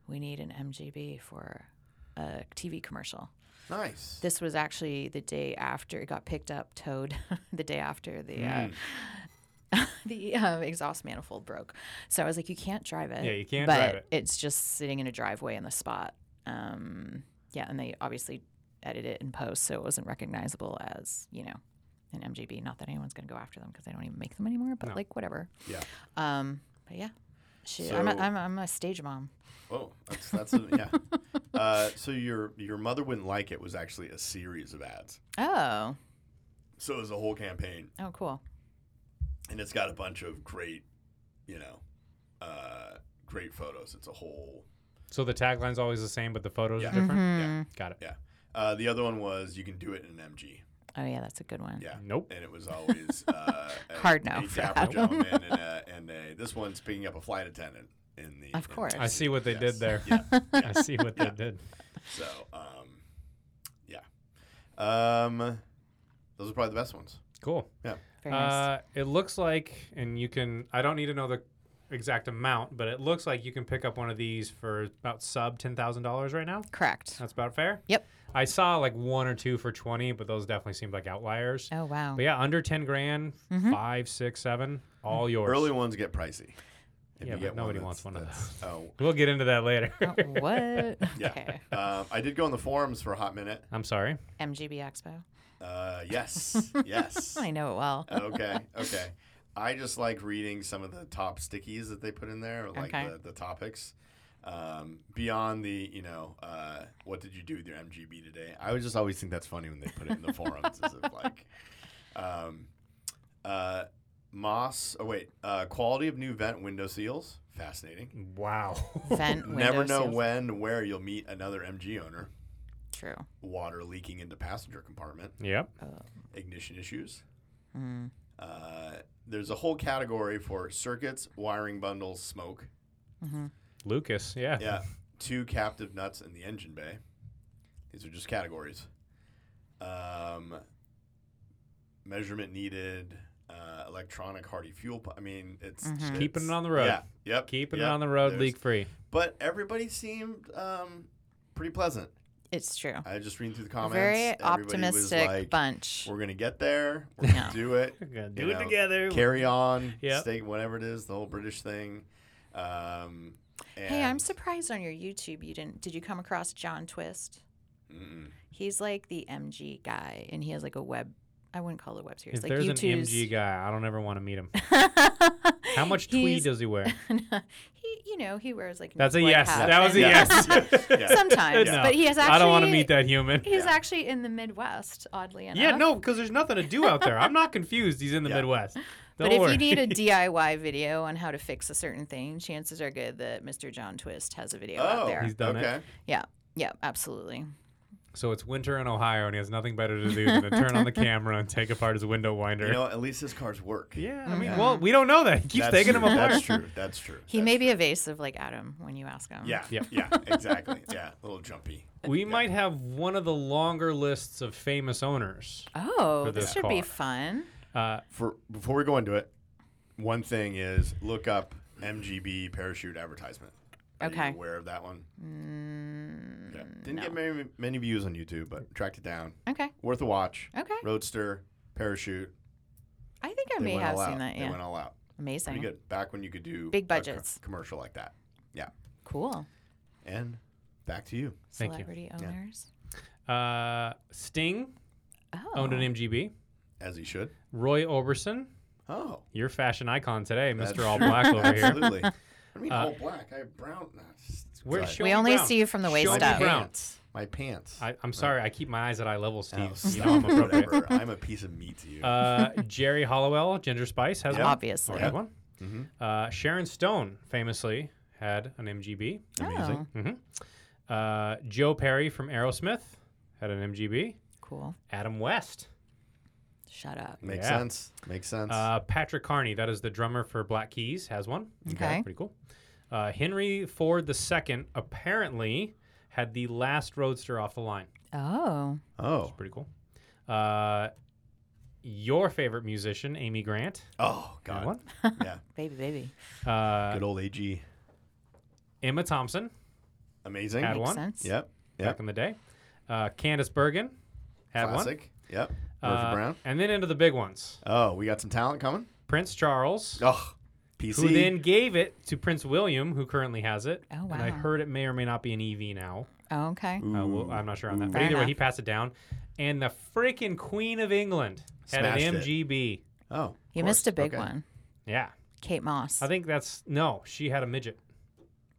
C: we need an MGB for a TV commercial."
A: nice.
C: This was actually the day after it got picked up, towed. the day after the uh,
B: Mm.
C: the um, exhaust manifold broke, so I was like, "You can't drive it."
B: Yeah, you can't
C: but
B: drive it.
C: It's just sitting in a driveway in the spot. Um, yeah, and they obviously edited it in post, so it wasn't recognizable as you know an MGB. Not that anyone's going to go after them because they don't even make them anymore. But like whatever.
A: Yeah.
C: Um, but yeah, Shit, I'm, a,
A: So-
C: I'm, I'm a stage mom.
A: Oh, that's that's a, yeah. Uh, so your your mother wouldn't like it was actually a series of ads.
C: Oh,
A: So it was a whole campaign,
C: oh, cool.
A: and it's got a bunch of great, you know, uh, great photos. It's a whole
B: so the tagline's always the same, but the photos
A: Yeah.
B: are different.
C: Mm-hmm.
A: yeah
B: Got it.
A: yeah. Uh, the other one was you can do it in an MG.
C: Oh yeah, that's a good one.
A: Yeah.
B: Nope.
A: And it was always uh, a-
C: Hard no
A: a
C: for
A: dapper
C: that
A: gentleman and, a, and a, this one's picking up a flight attendant in the.
C: Of
A: in-
C: course.
B: I see what they did there.
A: Yeah.
B: I see what they did.
A: So, um, yeah, um, those are probably the best ones.
B: Cool.
C: Very nice.
B: Uh, it looks like, and you can. I don't need to know the exact amount, but it looks like you can pick up one of these for about sub ten thousand dollars right now.
C: Correct.
B: That's about fair.
C: Yep.
B: I saw like one or two for twenty, but those definitely seemed like outliers.
C: Oh Mm-hmm. wow.
B: But yeah, under ten grand, five, six, seven,
C: Mm-hmm.
B: all yours.
A: Early ones get pricey. If
B: Yeah,
A: you
B: but
A: get one
B: nobody
A: that's-
B: wants one of
A: that's- Oh,
B: We'll get into that later.
C: Oh, what?
A: Yeah.
C: Okay.
A: um, I did go on the forums for a hot minute.
B: I'm sorry.
C: MGB Expo.
A: Uh, yes, yes.
C: I know it well.
A: okay, okay. I just like reading some of the top stickies that they put in there, like
C: Okay.
A: the, the topics. Um, beyond the, you know, uh, what did you do with your MGB today? I would just always think that's funny when they put it in the forums, as if like, um, uh, Moss. Oh wait, uh, quality of new vent window seals. Fascinating.
B: Wow.
C: Vent window
A: Never know
C: seals.
A: when, and where you'll meet another MG owner.
C: True.
A: Water leaking into passenger compartment.
B: yep.
C: Oh.
A: Ignition issues.
C: Mm-hmm.
A: Uh, there's a whole category for circuits, wiring bundles, smoke.
C: Mm-hmm.
B: Lucas. Yeah.
A: Yeah. Two captive nuts in the engine bay. These are just categories. Um, measurement needed. Uh, electronic hardy fuel. pu- I mean, it's,
C: Mm-hmm.
A: it's-
B: Keeping it on the road.
A: Yeah. Yep.
B: Keeping
A: yep,
B: it on the road,
A: there's-
B: leak free.
A: But everybody seemed um, pretty pleasant.
C: It's true.
A: I just reading through the comments.
C: Very
A: everybody
C: optimistic
A: was like,
C: bunch.
A: We're gonna get there. We're gonna
C: Yeah.
A: do it.
B: We're gonna
A: you
B: do it
A: know,
B: together.
A: Carry on.
B: Yep.
A: Stay whatever it is. The whole British thing. Um,
C: Hey, I'm
A: and-
C: surprised on your YouTube you didn't. Did you come across John Twist?
A: Mm-mm.
C: He's like the MG guy, and he has like a web. I wouldn't call it a web series.
B: If
C: like
B: there's
C: YouTube's.
B: an MG guy, I don't ever want to meet him. How
C: How
B: much tweed does he wear?
C: he? You know, he wears like.
B: That's a
C: white
B: yes.
C: hat
B: That was a
C: and-
B: yes.
A: Yeah.
C: Sometimes,
B: No,
C: but he has actually.
B: I don't want to meet that human.
C: He's
A: Yeah.
C: actually in the Midwest, oddly enough.
B: Yeah, no, because there's nothing to do out there. I'm not confused. He's in the
A: Yeah.
B: Midwest.
C: But
B: Don't
C: if
B: worry.
C: you need a DIY video on how to fix a certain thing, chances are good that Mr. John Twist has a video out
A: Oh,
C: there.
B: He's done it.
A: okay.
C: Yeah. Yeah, absolutely.
B: so it's winter in Ohio, and he has nothing better to do than to turn on the camera and take apart his window winder.
A: You know, at least his cars work.
B: yeah, I mean, well, we don't know that. He keeps
A: That's
B: taking
A: true.
B: them apart.
A: That's true. That's true.
C: He
A: That's
C: may
A: true.
C: be evasive like Adam when you ask him.
A: Yeah. Yeah.
B: Yeah.
A: Yeah. Exactly. Yeah. A little jumpy.
B: We might have one of the longer lists of famous owners.
C: Oh,
B: For
C: this
B: this
C: should be
B: car.
C: fun.
B: Uh,
A: For before we go into it, one thing is look up MGB parachute advertisement. Are you
C: Okay.
A: aware of that one?
C: Mm,
A: yeah. Didn't get many many views on YouTube, but tracked it down.
C: Okay.
A: Worth a watch.
C: Okay.
A: Roadster, parachute.
C: I think I
A: They
C: may
A: went
C: have
A: all
C: seen
A: out.
C: that.
A: They
C: Yeah.
A: went all out.
C: Amazing.
A: Pretty good. Back when you could do
C: Big
A: a co-
C: budgets.
A: commercial like that. Yeah.
C: Cool.
A: And back to you.
B: Thank you.
C: Celebrity owners.
B: uh, Sting
C: Oh.
B: owned an MGB.
A: as he should.
B: Roy Oberson,
A: Oh,
B: your fashion icon today,
A: That's-
B: Mr. All Black over here.
A: absolutely. I mean,
B: Uh,
A: all black. I have brown. nah, it's- it's
B: Where-
A: good.
B: show
C: We
B: me
C: only
B: Brown.
C: see you from the
B: Show
C: waist
B: me
C: up.
B: Brown.
A: my pants.
B: I, I'm sorry, I keep my eyes at eye level, Steve.
A: Oh,
B: you know I'm
A: stop,
B: appropriate.
A: whatever. I'm a piece of meat to you.
B: Uh, Jerry Hollowell, Ginger Spice, has one.
C: Obviously.
B: Or had one.
A: Mhm.
B: Uh, Sharon Stone famously had an MGB.
A: Amazing.
C: Oh,
B: Uh, Joe Perry from Aerosmith had an MGB.
C: cool.
B: Adam West.
C: Shut up.
A: Makes
B: yeah.
A: sense. Makes sense.
B: Uh, Patrick Carney, that is the drummer for Black Keys, has one.
C: Okay.
B: Pretty cool. Uh, Henry Ford II apparently had the last roadster off the line.
C: Oh,
A: oh.
B: Pretty cool. Uh, your favorite musician, Amy Grant,
A: Oh
B: had
A: God.
B: one.
A: yeah.
C: baby, baby.
B: Uh,
A: Good old AG.
B: Emma Thompson,
A: Amazing.
B: Had
C: Makes
B: one?
C: sense.
A: Yep.
B: back
A: Yep.
B: in the day. Uh, Candace Bergen had
A: Classic. Yep.
B: one.
A: Murphy
B: Uh,
A: Brown.
B: And then into the big ones.
A: Oh, we got some talent coming.
B: Prince Charles,
A: Oh, PC.
B: who then gave it to Prince William, who currently has it.
C: Oh,
B: And I
C: wow.
B: heard it may or may not be an EV now.
C: Oh, okay.
B: Uh, well,
A: Ooh.
B: I'm not sure on that. But
C: Fair
B: either way,
C: enough.
B: he passed it down. And the freaking Queen of England had
A: Smashed it.
B: an MGB.
A: Oh, of
C: You
A: course.
C: missed a big
A: Okay.
C: one.
B: Yeah.
C: Kate Moss.
B: I think that's no, she had a midget.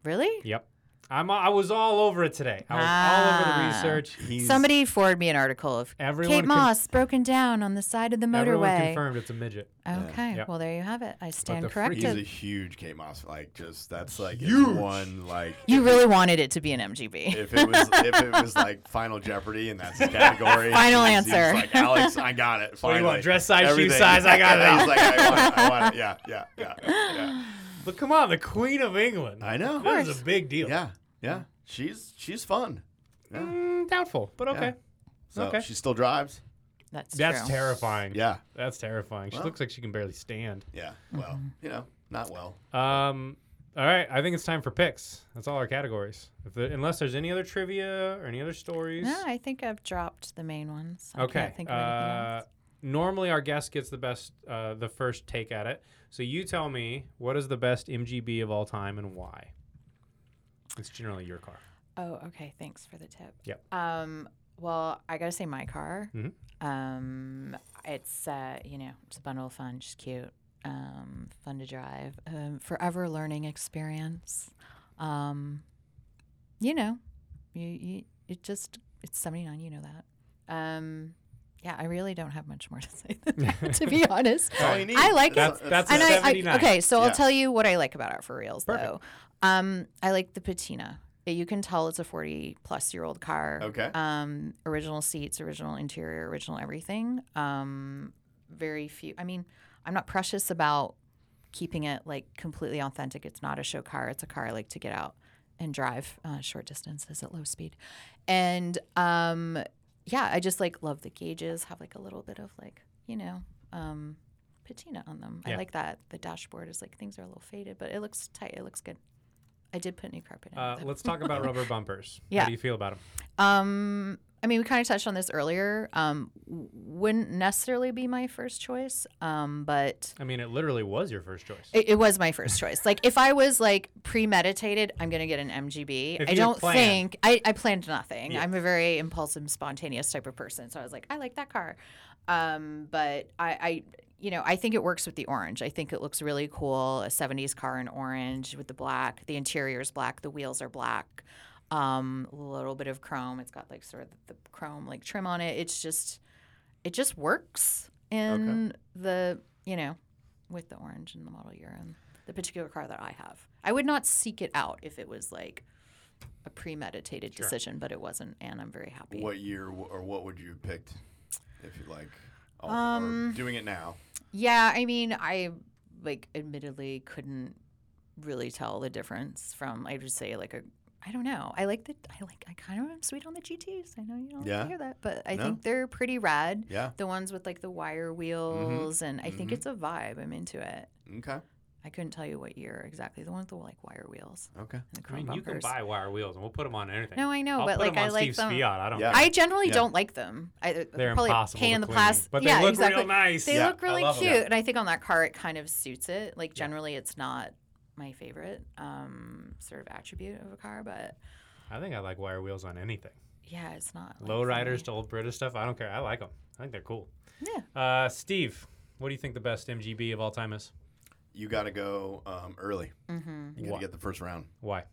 C: really?
B: Yep. I'm I was all over it today. I was all over
C: Ah.
B: the research.
A: He's-
C: Somebody forwarded me an article of
B: Everyone
C: Kate
B: con-
C: Moss broken down on the side of the
B: Everyone
C: motorway.
B: confirmed it's a midget.
C: Okay.
B: Yep.
C: Well, there you have it. I stand
B: the freak-
A: He's a
C: corrected.
A: huge K Moss. Like, just that's like if
B: Huge.
A: one like.
C: You really wanted it to be an MGB.
A: If it was if it was like Final Jeopardy and that's his category.
C: Final
A: he's- he's
C: answer.
A: Like Alex, I got it.
B: What do
A: Finally.
B: you want, dress size, shoe
A: Everything.
B: size? I got it all.
A: He's like, I want, it, I want it. Yeah, yeah, yeah, yeah.
B: But come on, the Queen of England.
A: I know.
B: That is a big deal.
A: Yeah, yeah. She's she's fun. Yeah.
B: Mm, doubtful, but okay.
A: So
B: Okay.
A: she still drives.
C: That's,
B: That's
C: true.
B: terrifying.
A: Yeah,
B: That's terrifying. She
A: Well.
B: looks like she can barely stand.
A: yeah. Well, you know, not well.
B: Um, all right, I think it's time for picks. That's all our categories. If there, unless there's any other trivia or any other stories.
C: No, I think I've dropped the main ones. I
B: okay.
C: Can't think of anything
B: Uh,
C: else.
B: normally, our guest gets the best, uh, the first take at it. So you tell me what is the best MGB of all time and why. It's generally your car.
C: Oh, okay. Thanks for the tip.
B: Yep.
C: Um, well, I gotta say my car.
B: Mhm.
C: Um, it's uh, you know, it's a bundle of fun. She's cute. Um, fun to drive. Um, forever learning experience. Um, you know, you, you it just it's seventy nine. You know that. Um, yeah, I really don't have much more to say than that, to be honest.
A: That's all you need.
C: I like it.
B: That's- that's a
C: And I, I
B: 79.
C: okay, so
A: Yeah.
C: I'll tell you what I like about it for reals
B: Perfect.
C: though. Um, I like the patina. You can tell it's a forty plus year old car.
A: Okay.
C: Um, original seats, original interior, original everything. Um, very few. I mean, I'm not precious about keeping it like completely authentic. It's not a show car. It's a car I like to get out and drive uh, short distances at low speed. And um, yeah, I just like love the gauges. Have like a little bit of like you know um, patina on them.
B: Yeah.
C: I like that. The dashboard is like things are a little faded, but it looks tight. It looks good. I did put new carpet in.
B: Uh,
C: though.
B: let's talk about rubber bumpers. How
C: Yeah.
B: do you feel about them?
C: Um, I mean, we kind of touched on this earlier. Um, w- wouldn't necessarily be my first choice, um, but
B: I mean, it literally was your first choice.
C: it, it was my first choice. Like, if I was like premeditated, I'm gonna get an MGB.
B: If
C: I
B: you
C: don't
B: planned.
C: think I, I planned nothing.
B: Yeah.
C: I'm a very impulsive, spontaneous type of person, so I was like, I like that car, um, but I. I you know, I think it works with the orange. I think it looks really cool. A 70s car in orange with the black. The interior's black. The wheels are black um, a little bit of chrome. It's got like sort of the chrome like trim on it. It's just, it just works in the you know, with the orange and the model year and the particular car that I have. I would not seek it out if it was like a premeditated decision, but it wasn't, and I'm very happy.
A: What year w- or what would you have picked if you like? Or, or
C: Um,
A: doing it now.
C: Yeah, I mean, I like admittedly couldn't really tell the difference from I would say like a I don't know. I like the I like I kind of am sweet on the GTs. I know you don't like
A: Yeah.
C: to hear that, but I
A: No.
C: think they're pretty rad.
A: Yeah.
C: The ones with like the wire wheels and I think
A: Mhm.
C: it's a vibe. I'm into it.
A: Okay.
C: I couldn't tell you what year exactly. The ones with like wire wheels
A: Okay.
C: and the
B: I
C: chrome
B: mean, you can
C: bumpers.
B: buy wire wheels, and we'll put them on anything.
C: no, I know,
B: I'll
C: but
B: put
C: like
B: 'em
C: I
B: on
C: like
B: Steve's
C: them.
B: Fiat. I don't.
A: Yeah.
B: care.
C: I generally
A: Yeah.
C: don't like them. I, they're
B: They're
C: probably a
B: impossible
C: pain
B: to
C: in the
B: clean,
C: plastic.
B: but they
C: yeah,
B: look
C: exactly.
B: real nice.
C: They
A: Yeah,
C: look
B: I
C: really
B: love 'em.
C: cute, and I think on that car it kind of suits it. Like generally, it's not my favorite um, sort of attribute of a car, but
B: I think I like wire wheels on anything.
C: yeah, it's not. like, for
B: Low riders
C: me.
B: to old British stuff. I don't care. I like them. I think they're cool.
C: Yeah.
B: Uh, Steve, what do you think the best MGB of all time is?
A: You got to go um, early.
C: Mm-hmm.
A: You got
B: Wha-
A: to get the first round
B: Why?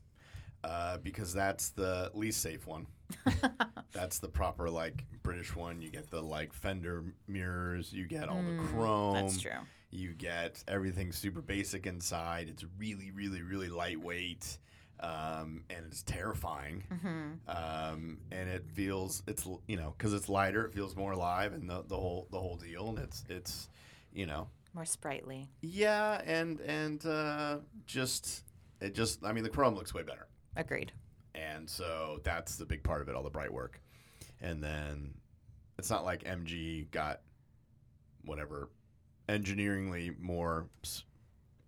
A: uh, because that's the least safe one. that's the proper like British one. You get the like fender mirrors. You get all the chrome.
C: Mm, That's true.
A: You get everything super basic inside. It's really, really, really lightweight, um, and it's terrifying.
C: Mm-hmm.
A: Um, and it feels it's l- you know because it's lighter, it feels more alive, and the, the whole the whole deal. And it's it's you know
C: More sprightly.
A: yeah, and and uh, just it just I mean the Chrome looks way better,
C: Agreed.
A: and so that's the big part of it, all the bright work, and then it's not like MG got whatever engineeringly more s-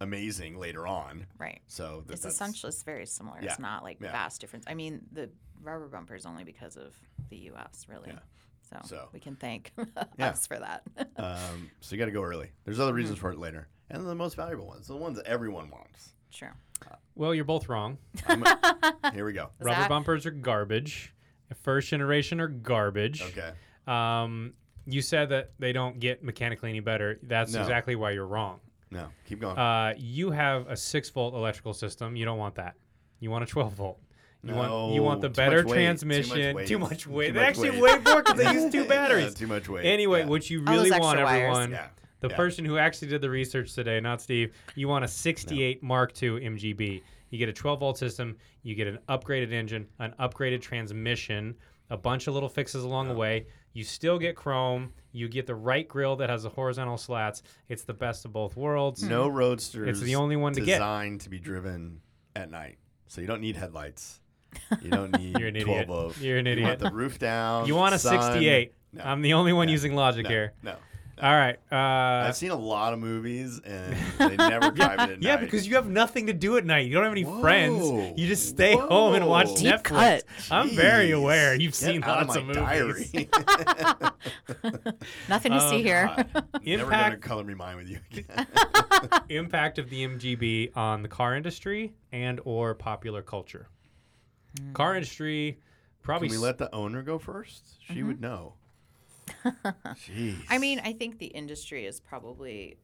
A: amazing later on.
C: Right.
A: So th-
C: It's
A: that's-
C: essentially it's very similar.
A: Yeah.
C: It's not like
A: Yeah.
C: vast difference. I mean, the rubber bumper is only because of the U.S. really.
A: Yeah.
C: So,
A: So-
C: we can thank
A: Yeah.
C: us for that.
A: Um, so you got to go early. There's other reasons for it later, and the most valuable ones, the ones that everyone wants.
C: sure.
B: Well, you're both wrong.
A: I'm a- here we go.
C: Is
B: Rubber
C: that-
B: bumpers are garbage. First generation are garbage.
A: Okay.
B: Um, you said that they don't get mechanically any better. That's
A: No.
B: exactly why you're wrong.
A: No, keep going.
B: Uh, you have a six volt electrical system. You don't want that. You want a twelve volt. You want you want the
A: No, too
B: better
A: much weight,
B: transmission.
A: Too
B: Too
A: much
B: much
A: weight.
B: weight.
A: Too
B: They
A: much
B: actually
A: weight.
B: weigh more because they use two
A: Yeah,
B: batteries.
A: too much weight.
B: Anyway,
A: yeah.
B: what you
C: All those
B: really
C: extra
B: want,
C: wires.
B: everyone,
A: Yeah.
B: the
A: Yeah.
B: person who actually did the research today, not Steve, you want a 68 Mark II MGB. You get a 12 volt system, you get an upgraded engine, an upgraded transmission, a bunch of little fixes along the way. You still get chrome, you get the right grill that has the horizontal slats. It's the best of both worlds.
A: No roadsters.
B: It's the only one to get.
A: designed to be driven at night, so you don't need headlights. You don't need
B: You're an
A: 12
B: idiot.
A: of.
B: You're an
A: You want
B: idiot.
A: the roof down.
B: You want a
A: sun.
B: 68.
A: No,
B: I'm the only one using logic
A: no,
B: here.
A: no.
B: All right. Uh,
A: I've seen a lot of movies and they never drive it at
B: yeah,
A: night.
B: because you have nothing to do at night. You don't have any friends.
A: Whoa.
B: You just stay home and watch
A: Whoa.
C: Deep
B: Netflix.
C: cut.
B: I'm very
A: Jeez.
B: aware. You've
A: Get
B: seen
A: out
B: lots
A: of,
B: of,
A: my
B: movies.
A: Diary.
C: Nothing to see
B: Um,
C: here.
A: God, never gonna
B: Impact-
A: color me mine with you again.
B: Impact of the MGB on the car industry and or popular culture.
C: Hmm.
B: Car industry probably
A: Can we
B: s-
A: let the owner go first? She
B: Mm-hmm.
A: would know. Jeez.
C: I mean, I think the industry is probably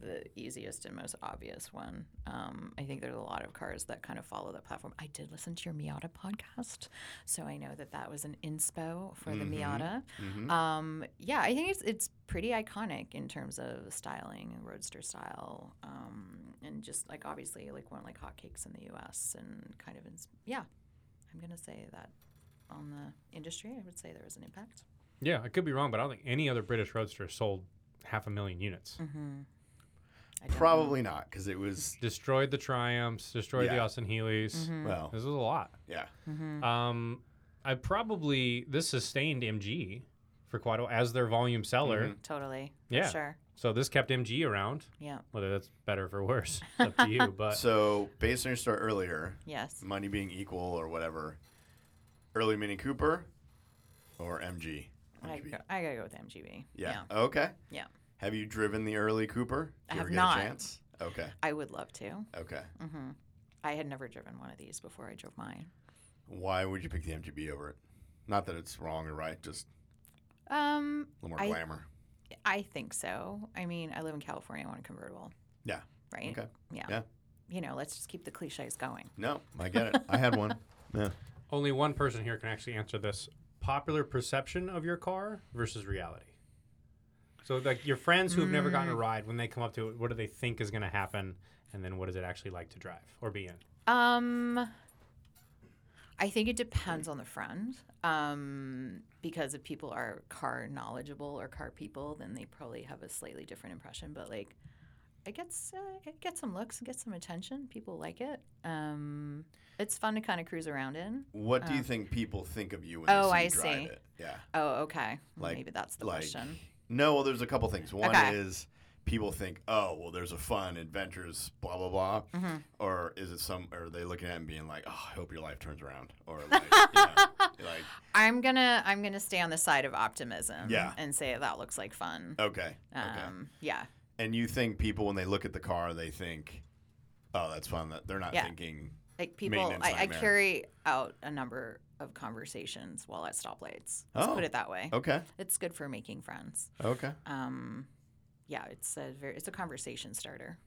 C: the easiest and most obvious one. Um, I think there's a lot of cars that kind of follow that platform. I did listen to your Miata podcast, so I know that that was an inspo for the Miata.
A: Mm-hmm. Mm.
C: Um, yeah, I think it's it's pretty iconic in terms of styling and roadster style, um, and just like obviously like one like hotcakes in the U.S. and kind of ins- yeah. I'm gonna say that on the industry, I would say there was an impact.
B: Yeah, I could be wrong, but I don't think any other British roadster sold half a million units.
C: Mm. I don't know.
A: probably not because it was
B: Destroyed the Triumphs, destroyed the
A: Yeah. Oh.
B: Austin Healys.
C: Mm-hmm.
A: well,
B: This was a lot.
A: yeah.
B: Um, I probably this sustained MG for quite a while as their volume seller.
C: Totally. For
B: Yeah.
C: Sure.
B: So this kept MG around.
C: Yeah.
B: Whether that's better or worse, it's up to you. But
A: So based on your start earlier,
C: Yes.
A: money being equal or whatever, early Mini Cooper or MG?
C: I,
A: MGB.
C: go- I gotta go with MGB.
A: Yeah. Okay.
C: Yeah.
A: Have you driven the early Cooper?
C: I
A: Do you
C: have
A: ever get
C: not.
A: a chance? Okay.
C: I would love to. Mm-hmm.
A: Okay.
C: I had never driven one of these before I drove mine.
A: Why would you pick the MGB over it? Not that it's wrong or right, just
C: Um,
A: a little more
C: I-
A: glamour.
C: I think so. I mean, I live in California. I want a convertible,
A: Yeah.
C: right?
A: Okay.
C: Yeah.
A: Yeah.
C: You know, let's just keep the cliches going.
A: No, I get it. I had one. Yeah.
B: only one person here can actually answer this: popular perception of your car versus reality. So, like your friends who have never gotten a ride, when they come up to it, what do they think is going to happen, and then what is it actually like to drive or be in?
C: Um, I think it depends on the friend. Um, because if people are car knowledgeable or car people, then they probably have a slightly different impression. But like, it gets uh, it gets some looks, it gets some attention. People like it. Um, it's fun to kind of cruise around in.
A: What do you think people think of you when
C: Oh,
A: they
C: I
A: see you drive
C: see.
A: it? Yeah.
C: Oh, okay. Well,
A: Like-
C: Maybe that's the
A: like
C: question.
A: no well there's a couple things one
C: Okay.
A: is people think oh well there's a fun adventures blah blah blah
C: Mm-hmm.
A: or is it some or are they looking at it and being like oh i hope your life turns around or like, you know, like
C: I'm gonna I'm gonna stay on the side of optimism.
A: Yeah.
C: And say that looks like fun.
A: okay okay
C: Um, yeah.
A: and you think people when they look at the car they think oh that's fun that they're not
C: Yeah.
A: thinking
C: Like people,
A: Maintenance
C: I, I
A: nightmare.
C: carry out a number of conversations while at stoplights. Let's
A: Oh.
C: put it that way.
A: Okay.
C: It's good for making friends.
A: Okay.
C: Um, yeah, it's a very, it's a conversation starter.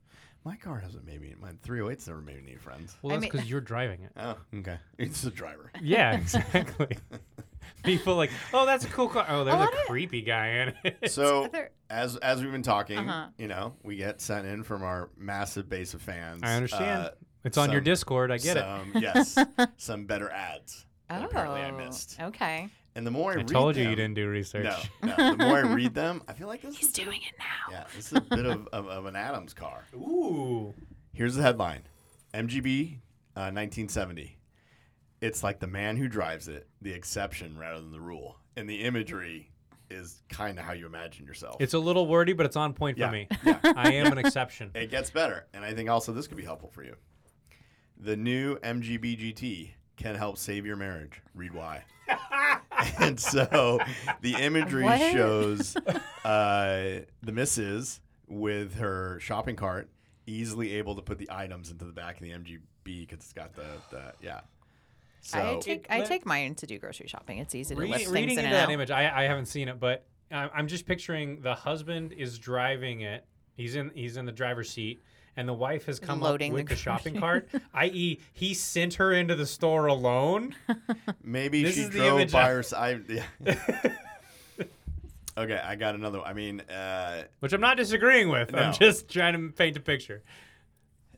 A: My car hasn't made me. My 308's never made me any friends.
C: I
B: Well, that's
C: mean-
B: because you're driving it.
A: Oh, okay. It's the driver.
B: Yeah, exactly. People like, oh, that's a cool car. Oh, there's a,
C: lot of-
B: creepy guy in it.
A: So
C: Other-
A: as as we've been talking,
C: Uh-huh.
A: you know, we get sent in from our massive base of fans.
B: I understand.
A: uh,
B: it's on your
A: some-
B: Discord. I get it.
A: some, yes, some better ads. that
C: oh,
A: apparently I missed.
C: okay.
A: And the more I,
B: I
A: read
B: told you you
A: them-
B: didn't do research.
A: No, no. The more I read them, I feel like this
C: He's
A: is
C: doing it now.
A: yeah, this is a bit of, of, of an Adams car.
D: Ooh.
A: Here's the headline: MGB, uh, 1970. It's like the man who drives it, the exception rather than the rule, and the imagery is kind of how you imagine yourself.
B: It's a little wordy, but it's on point
A: Yeah,
B: for me.
A: yeah.
B: I am an exception.
A: It gets better, and I think also this could be helpful for you. The new MGB GT can help save your marriage. Read why. and so the imagery
C: What?
A: shows uh, the missus with her shopping cart easily able to put the items into the back of the MGB because it's got the, the yeah. So
C: I take I
B: Let-
C: take mine to do grocery shopping. It's easy to
B: Read-
C: list things
B: reading
C: in
B: into
C: and
B: that
C: out.
B: image, I, I haven't seen it, but I- I'm just picturing the husband is driving it. He's in he's in the driver's seat, and the wife has come
C: Loading
B: up
C: the
B: with the,
C: grocery.
B: shopping cart. I.e., he sent her into the store alone.
A: Maybe
B: This
A: she
B: is the
A: drove
B: image
A: by
B: I-
A: herself. Yeah. okay, I got another one. I mean, uh,
B: which I'm not disagreeing with.
A: No.
B: I'm just trying to paint a picture.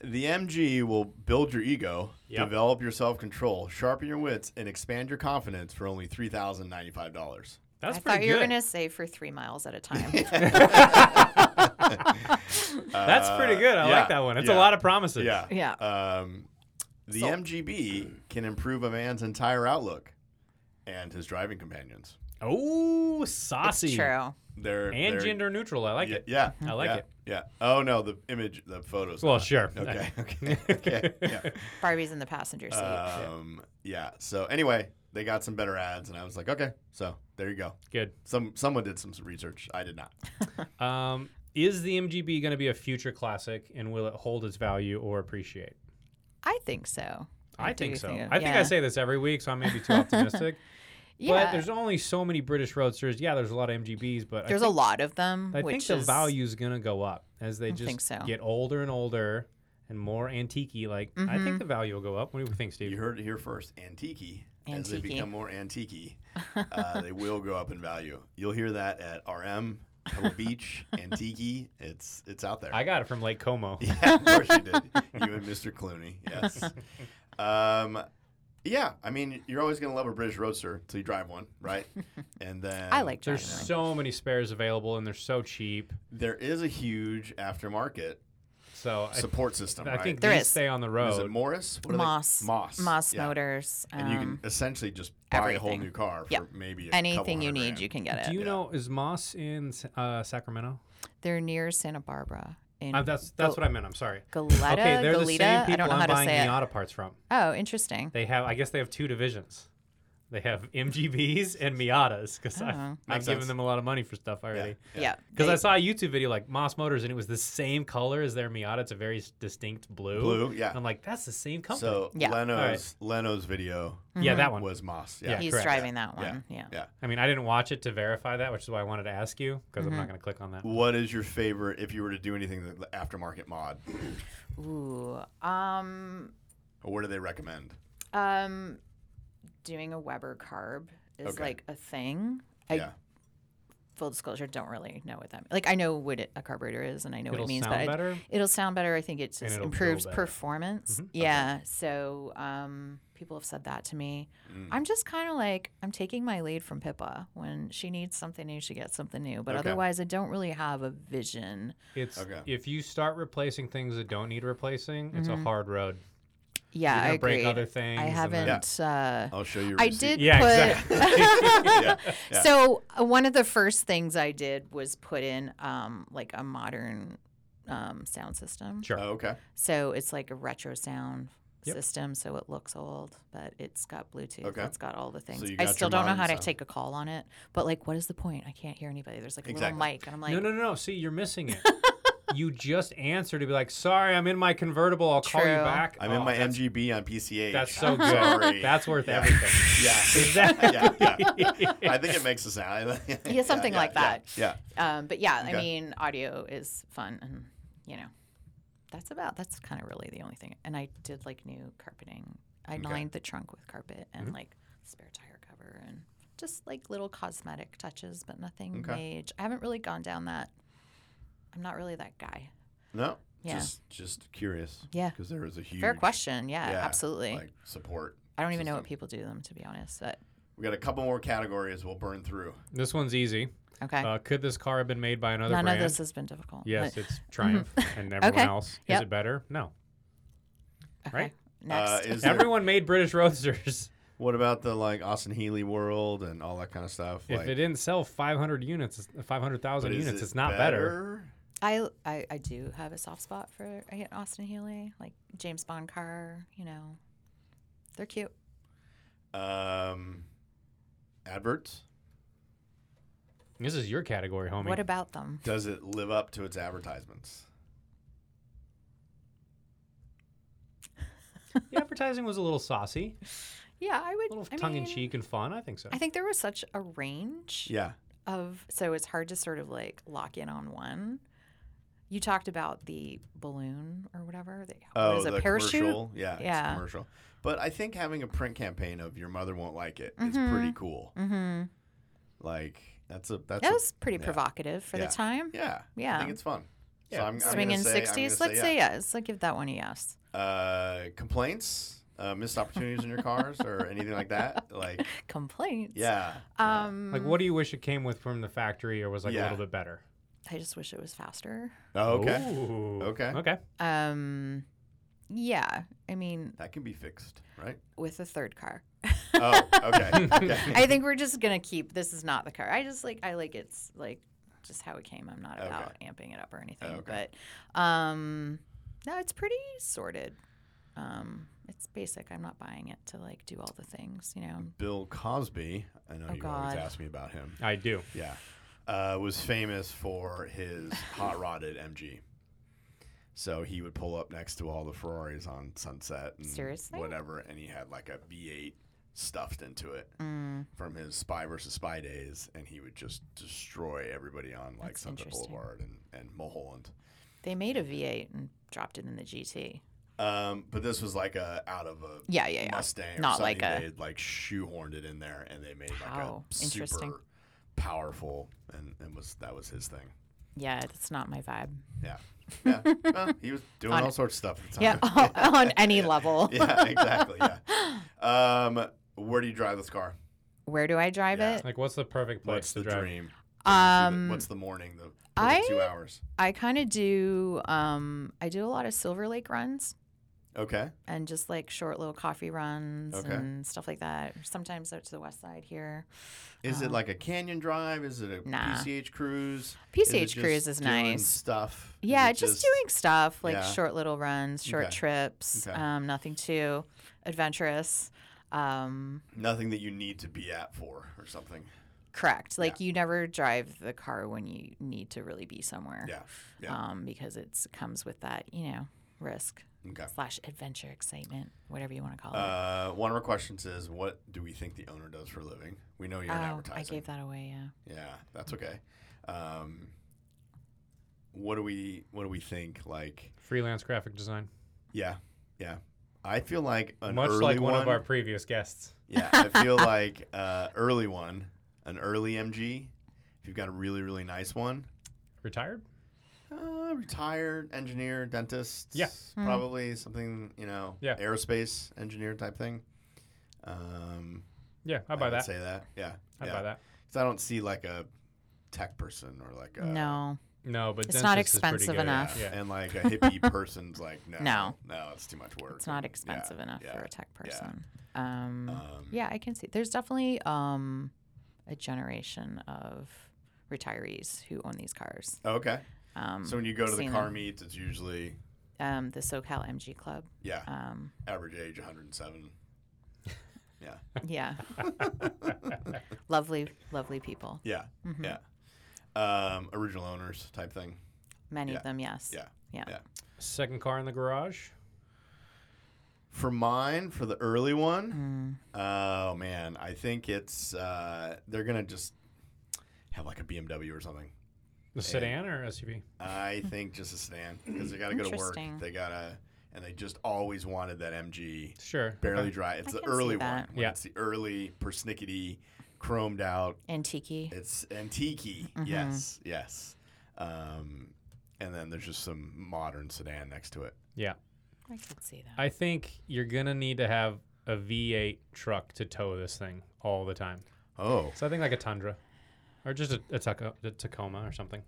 A: The MG will build your ego,
B: Yep.
A: develop your self control, sharpen your wits, and expand your confidence for only three thousand ninety five dollars.
B: That's
C: I
B: pretty
C: thought you were
B: good.
C: gonna say for three miles at a time.
B: That's pretty good. I like that one. It's a lot of promises.
A: Uh, yeah.
C: Yeah.
A: Um, the
C: So-
A: MGB can improve a man's entire outlook and his driving companions.
B: Oh,
C: It's
B: saucy.
C: true.
A: They're
B: And
A: they're-
B: gender neutral. I like
A: Yeah,
B: it.
A: yeah,
B: I like
A: yeah,
B: it.
A: Yeah. Oh no, the image, the photos. Uh,
B: Well, sure.
A: Ah, Okay. Okay. okay. Yeah.
C: Barbie's in the passenger seat.
B: Uh,
A: Um, yeah. So anyway, they got some better ads, and I was like, okay, so there you go.
B: Good.
A: Some someone did some research. I did not.
B: Um, is the MGB going to be a future classic, and will it hold its value or appreciate?
C: I think so.
B: I,
C: do
B: think so.
C: it-
B: I think
C: yeah.
B: I say this every week, so I may be too optimistic.
C: Yeah.
B: But there's only so many British roadsters. Yeah, there's a lot of MGBs, but
C: There's
B: I
C: a
B: think,
C: lot of them.
B: I
C: which
B: think the
C: is,
B: value's going to go up as they just
C: think so.
B: get older and older and more antique Like, I
C: Mm-hmm.
B: think the value will go up. What do you think, Steve?
A: You heard it here first. Antique. As they
C: Antique-y.
A: become more antique, uh, they will go up in value. You'll hear that at RM, Pebble Beach, Antique. It's it's out there.
B: I got it from Lake Como.
A: yeah, of course you did. You and Mr. Clooney. Yes. Um, yeah. I mean, you're always gonna love a British Roadster until you drive one, right? And then
C: I like driving.
B: There's
C: one.
B: so many spares available, and they're so cheap.
A: There is a huge aftermarket
B: So I,
A: support system.
B: I
A: right?
B: think
C: There
B: these
C: is.
B: stay on the
A: Is it
B: road.
A: Morris? What are they-
C: Moss.
A: Moss.
C: Moss
A: yeah.
C: motors. Um,
A: And you can essentially just buy a whole
C: everything.
A: new car for
C: Yeah.
A: maybe a
C: anything
A: couple
C: you
A: hundred
C: need,
A: grand.
C: you can get
B: Do
C: it.
B: you
A: Yeah.
B: know is Moss in uh, Sacramento?
C: They're near Santa Barbara. In
B: Uh, that's that's
C: Gal-
B: what I meant. I'm sorry.
C: Goleta.
B: okay, they're
C: Mm. Goleta.
B: the same
C: I
B: people
C: don't know
B: I'm
C: how to
B: buying
C: say it.
B: Miata parts from.
C: Oh, interesting.
B: They have, I guess, they have two divisions. They have MGBs and Miatas because
C: Oh.
B: I've, I've
A: Makes
B: given
A: sense.
B: them a lot of money for stuff already.
C: Yeah.
B: Because
C: they-
B: I saw a YouTube video like Moss Motors and it was the same color as their Miata. It's a very s- distinct blue.
A: Blue, yeah.
B: I'm like, that's the same company.
A: So
C: Yeah.
A: Leno's Leno's video
C: Mm-hmm.
B: yeah, that one.
A: was Moss.
B: Yeah.
A: Yeah.
C: he's
B: correct.
C: driving that
A: Yeah.
C: one. Yeah.
A: Yeah.
B: I mean, I didn't watch it to verify that, which is why I wanted to ask you because I'm not going to click on that.
A: What is your favorite if you were to do anything the- the aftermarket mod?
C: Ooh. Um.
A: Or what do they recommend?
C: Um. Doing a Weber carb is
A: Okay.
C: like a thing. I,
A: yeah.
C: Full disclosure, don't really know what that. Like I know what it, a carburetor is, and I know
B: It'll
C: what it means,
B: sound
C: but I,
B: better.
C: It'll sound better. I think it just
B: it'll feel
C: improves
B: better. Mm-hmm.
C: performance. Yeah. So um, people have said that to me.
A: Mm. Mm-hmm.
C: I'm just kind of like, I'm taking my lead from Pippa. When she needs something new, she gets something new. But
A: Okay.
C: otherwise, I don't really have a vision.
B: It's
A: Okay.
B: if you start replacing things that don't need replacing, it's a hard road.
C: Mm-hmm. Yeah,
B: You're
C: I
B: gonna break
C: agree.
B: other things
C: I
B: and then-
C: haven't. Uh,
A: I'll show you. a
C: I
A: receipt.
C: did
B: Yeah,
C: put.
A: yeah. yeah.
C: So uh, one of the first things I did was put in um, like a modern um, sound system.
B: Sure.
A: Oh, okay.
C: So it's like a retro sound
B: Yep.
C: system, so it looks old, but it's got Bluetooth.
A: Okay.
C: It's got all the things.
A: you
C: I
A: got
C: still
A: your
C: don't know
A: modern
C: how to
A: sound.
C: take a call on it, but like, what is the point? I can't hear anybody. There's like a
A: Exactly.
C: little mic, and I'm like,
B: no, no, no, no. See, you're missing it.
E: you just answer to be like, "Sorry, I'm in my convertible. I'll call you
C: True.
E: back."
A: I'm
E: Oh,
A: in my
E: that's-
A: MGB on PCH.
E: That's so good.
A: Sorry.
E: That's worth
A: Yeah.
E: everything.
A: yeah.
E: Exactly.
A: yeah, yeah. I think it makes a sound.
C: Yeah, something like that.
A: Yeah.
C: Um, but yeah,
A: Okay.
C: I mean, audio is fun, and you know, that's about that's kind of really the only thing. And I did like new carpeting. I
A: Okay. Mm-hmm.
C: lined the trunk with carpet and like spare tire cover and just like little cosmetic touches, but nothing
A: Okay.
C: major. I haven't really gone down that. I'm not really that guy.
A: No.
C: Yeah.
A: Just just curious.
C: Yeah.
A: Because there was a huge
C: Fair question. Yeah,
A: yeah,
C: absolutely.
A: Like support.
C: I don't even know what
A: system.
C: people do to them to be honest. But
A: We got a couple more categories we'll burn through.
E: This one's easy.
C: okay,
E: Uh, could this car have been made by another
C: none
E: brand?
C: of this has been difficult.
E: yes,
C: but-
E: it's Triumph and everyone
C: Okay.
E: else. Is
C: Yep.
E: it better? No.
C: okay.
E: right.
C: Next.
A: Uh, is there-
E: Everyone made British Roadsters.
A: what about the like Austin Healy world and all that kind of stuff?
E: If
A: like,
E: it didn't sell 500 units, it's-
A: but
E: 500,000
A: is
E: units,
A: it
E: it's not better.
C: I, I I do have a soft spot for I get Austin Healy, like James Bond car. You know, they're cute.
A: Um, adverts.
E: This is your category, homie.
C: what about them?
A: Does it live up to its advertisements?
E: the advertising was a little saucy,
C: Yeah, I would.
E: a little
C: I
E: tongue in
C: mean,
E: cheek and fun. I think so.
C: I think there was such a range
A: Yeah.
C: of, so it's hard to sort of like lock in on one. You talked about the balloon or whatever. The, what is it, parachute?
A: Oh, commercial. Yeah, yeah.
C: Yeah.
A: It's commercial. But I think having a print campaign of "Your mother won't like it" is pretty cool.
C: Mm-hmm.
A: Like that's a that's
C: That
A: a,
C: was pretty
A: yeah.
C: provocative for
A: Yeah.
C: the time.
A: yeah I
C: Yeah.
A: think it's fun.
E: Yeah.
A: So I'm, I'm
C: Swinging
A: gonna say, I'm gonna
C: sixties. Let's say
A: yeah.
C: yes. I'll give that one a yes.
A: Uh, complaints, uh, missed opportunities in your cars, or anything like that. Like
C: Complaints.
A: yeah, yeah.
C: Um,
E: like, what do you wish it came with from the factory or was like a
A: Yeah.
E: little bit better?
C: I just wish it was faster.
A: Oh, okay,
E: Ooh.
A: Okay.
E: Okay.
C: Um, yeah, I mean,
A: that can be fixed, right?
C: with a third car.
A: Oh, okay, okay,
C: I think we're just gonna keep. This is not the car. I just like. I like it's like just how it came. I'm not
A: Okay.
C: about amping it up or anything.
A: Okay.
C: But um, no, it's pretty sorted. Um, it's basic. I'm not buying it to like do all the things. You know.
A: Bill Cosby. I know
C: Oh,
A: you always
C: God.
A: ask me about him.
E: I do.
A: Yeah. Uh, was famous for his hot rodded MG. So he would pull up next to all the Ferraris on Sunset and
C: Seriously?
A: whatever, and he had like a V8 stuffed into it
C: Mm,
A: from his Spy versus Spy days, and he would just destroy everybody on like
C: That's
A: Sunset
C: interesting.
A: Boulevard and, and Mulholland.
C: they made a V8 and dropped it in the GT.
A: Um, but this was like a out of a
C: Yeah, yeah, yeah.
A: Mustang, or
C: Not
A: something.
C: like a-
A: they like shoehorned it in there, and they made like
C: Wow,
A: a super
C: interesting.
A: powerful, and, and was that was his thing.
C: Yeah, that's not my vibe.
A: Yeah. Yeah. Well, he was doing
C: On-
A: all sorts of stuff at the time.
C: Yeah, on any level.
A: yeah, exactly. Yeah. Um, where do you drive this car?
C: Where do I drive
A: Yeah.
C: it?
E: Like, what's the perfect place
A: What's
E: to
A: the
E: drive?
A: dream?
C: Um,
A: what's the morning? The,
C: I-
A: perfect two hours.
C: I kind of do. Um, I do a lot of Silver Lake runs
A: Okay.
C: and just like short little coffee runs
A: Okay.
C: and stuff like that. Or Sometimes out to the west side here.
A: Is it like a canyon drive? Is it a
C: Uh, Nah.
A: PCH cruise? Is it
C: PCH
A: just
C: cruise is
A: doing
C: nice.
A: Stuff. Is
C: Yeah,
A: it
C: just, doing stuff like
A: Yeah.
C: short little runs, short
A: Okay.
C: trips.
A: Okay.
C: Um, nothing too adventurous. Um,
A: nothing that you need to be at for or something.
C: correct. Like you never drive the car when you need to really be somewhere.
A: Yeah. Yeah.
C: Um, because it's comes with that, you know, risk
A: Okay.
C: slash adventure, excitement, whatever you want to call it.
A: Uh, one of our questions is, what do we think the owner does for a living? We know you're in
C: oh,
A: advertising.
C: I gave that away. Yeah.
A: Yeah, that's okay. Um, what do we what do we think? Like,
E: Freelance graphic design.
A: yeah, yeah. I feel like an
E: Much
A: early
E: like one, of our
A: one-
E: previous guests.
A: yeah, I feel like uh, early one, an early MG. If you've got a really really nice one,
E: Retired?
A: uh, retired engineer, dentist,
E: Yeah.
C: Mm.
A: probably something you know,
E: Yeah.
A: aerospace engineer type thing. Um,
E: Yeah, I'd buy
A: I would
E: that.
A: Say that, yeah,
E: I'd
A: yeah.
E: buy that.
A: 'Cause I don't see like a tech person or like a
C: no.
E: No, but
C: It's not
E: dentist is pretty
C: expensive
E: good.
A: Yeah.
C: enough.
E: Yeah.
A: And like a hippie person's like, no, no,
C: No.
A: it's too much work.
C: It's not
A: and-
C: expensive
A: yeah,
C: enough
A: yeah.
C: for a tech
A: yeah.
C: person. Yeah. Um,
A: Um,
C: yeah, I can see. There's definitely um, a generation of retirees who own these cars.
A: Okay.
C: Um,
A: So when you go to the
C: seen
A: car
C: them.
A: meets, it's usually
C: um, the SoCal MG Club.
A: yeah,
C: Um,
A: average age 107. yeah.
C: yeah. lovely, lovely people.
A: Yeah.
C: Mhm.
A: Yeah. Um, original owners type thing.
C: Many
A: Yeah.
C: of them, yes.
A: Yeah.
C: Yeah.
A: Yeah.
B: Second car in the garage.
A: For mine, for the early one,
C: Mm.
A: oh man, I think it's uh, they're gonna just have like a BMW or something.
B: The sedan or SUV?
A: I think just a sedan because they gotta go to work.
C: Interesting.
A: They gotta, and they just always wanted that MG
B: Sure.
A: barely
B: Okay.
A: dry. It's
C: I
A: the
C: can see
A: early one.
C: that.
A: When
B: Yeah.
A: it's the early persnickety, chromed out
C: Antique.
A: It's antique.
C: Mm-hmm.
A: Yes, yes. Um, and then there's just some modern sedan next to it.
B: Yeah.
C: I could see that.
B: I think you're gonna need to have a V8 truck to tow this thing all the time.
A: Oh,
B: So I think like a Tundra, or just a, a, Taco- a Tacoma or something,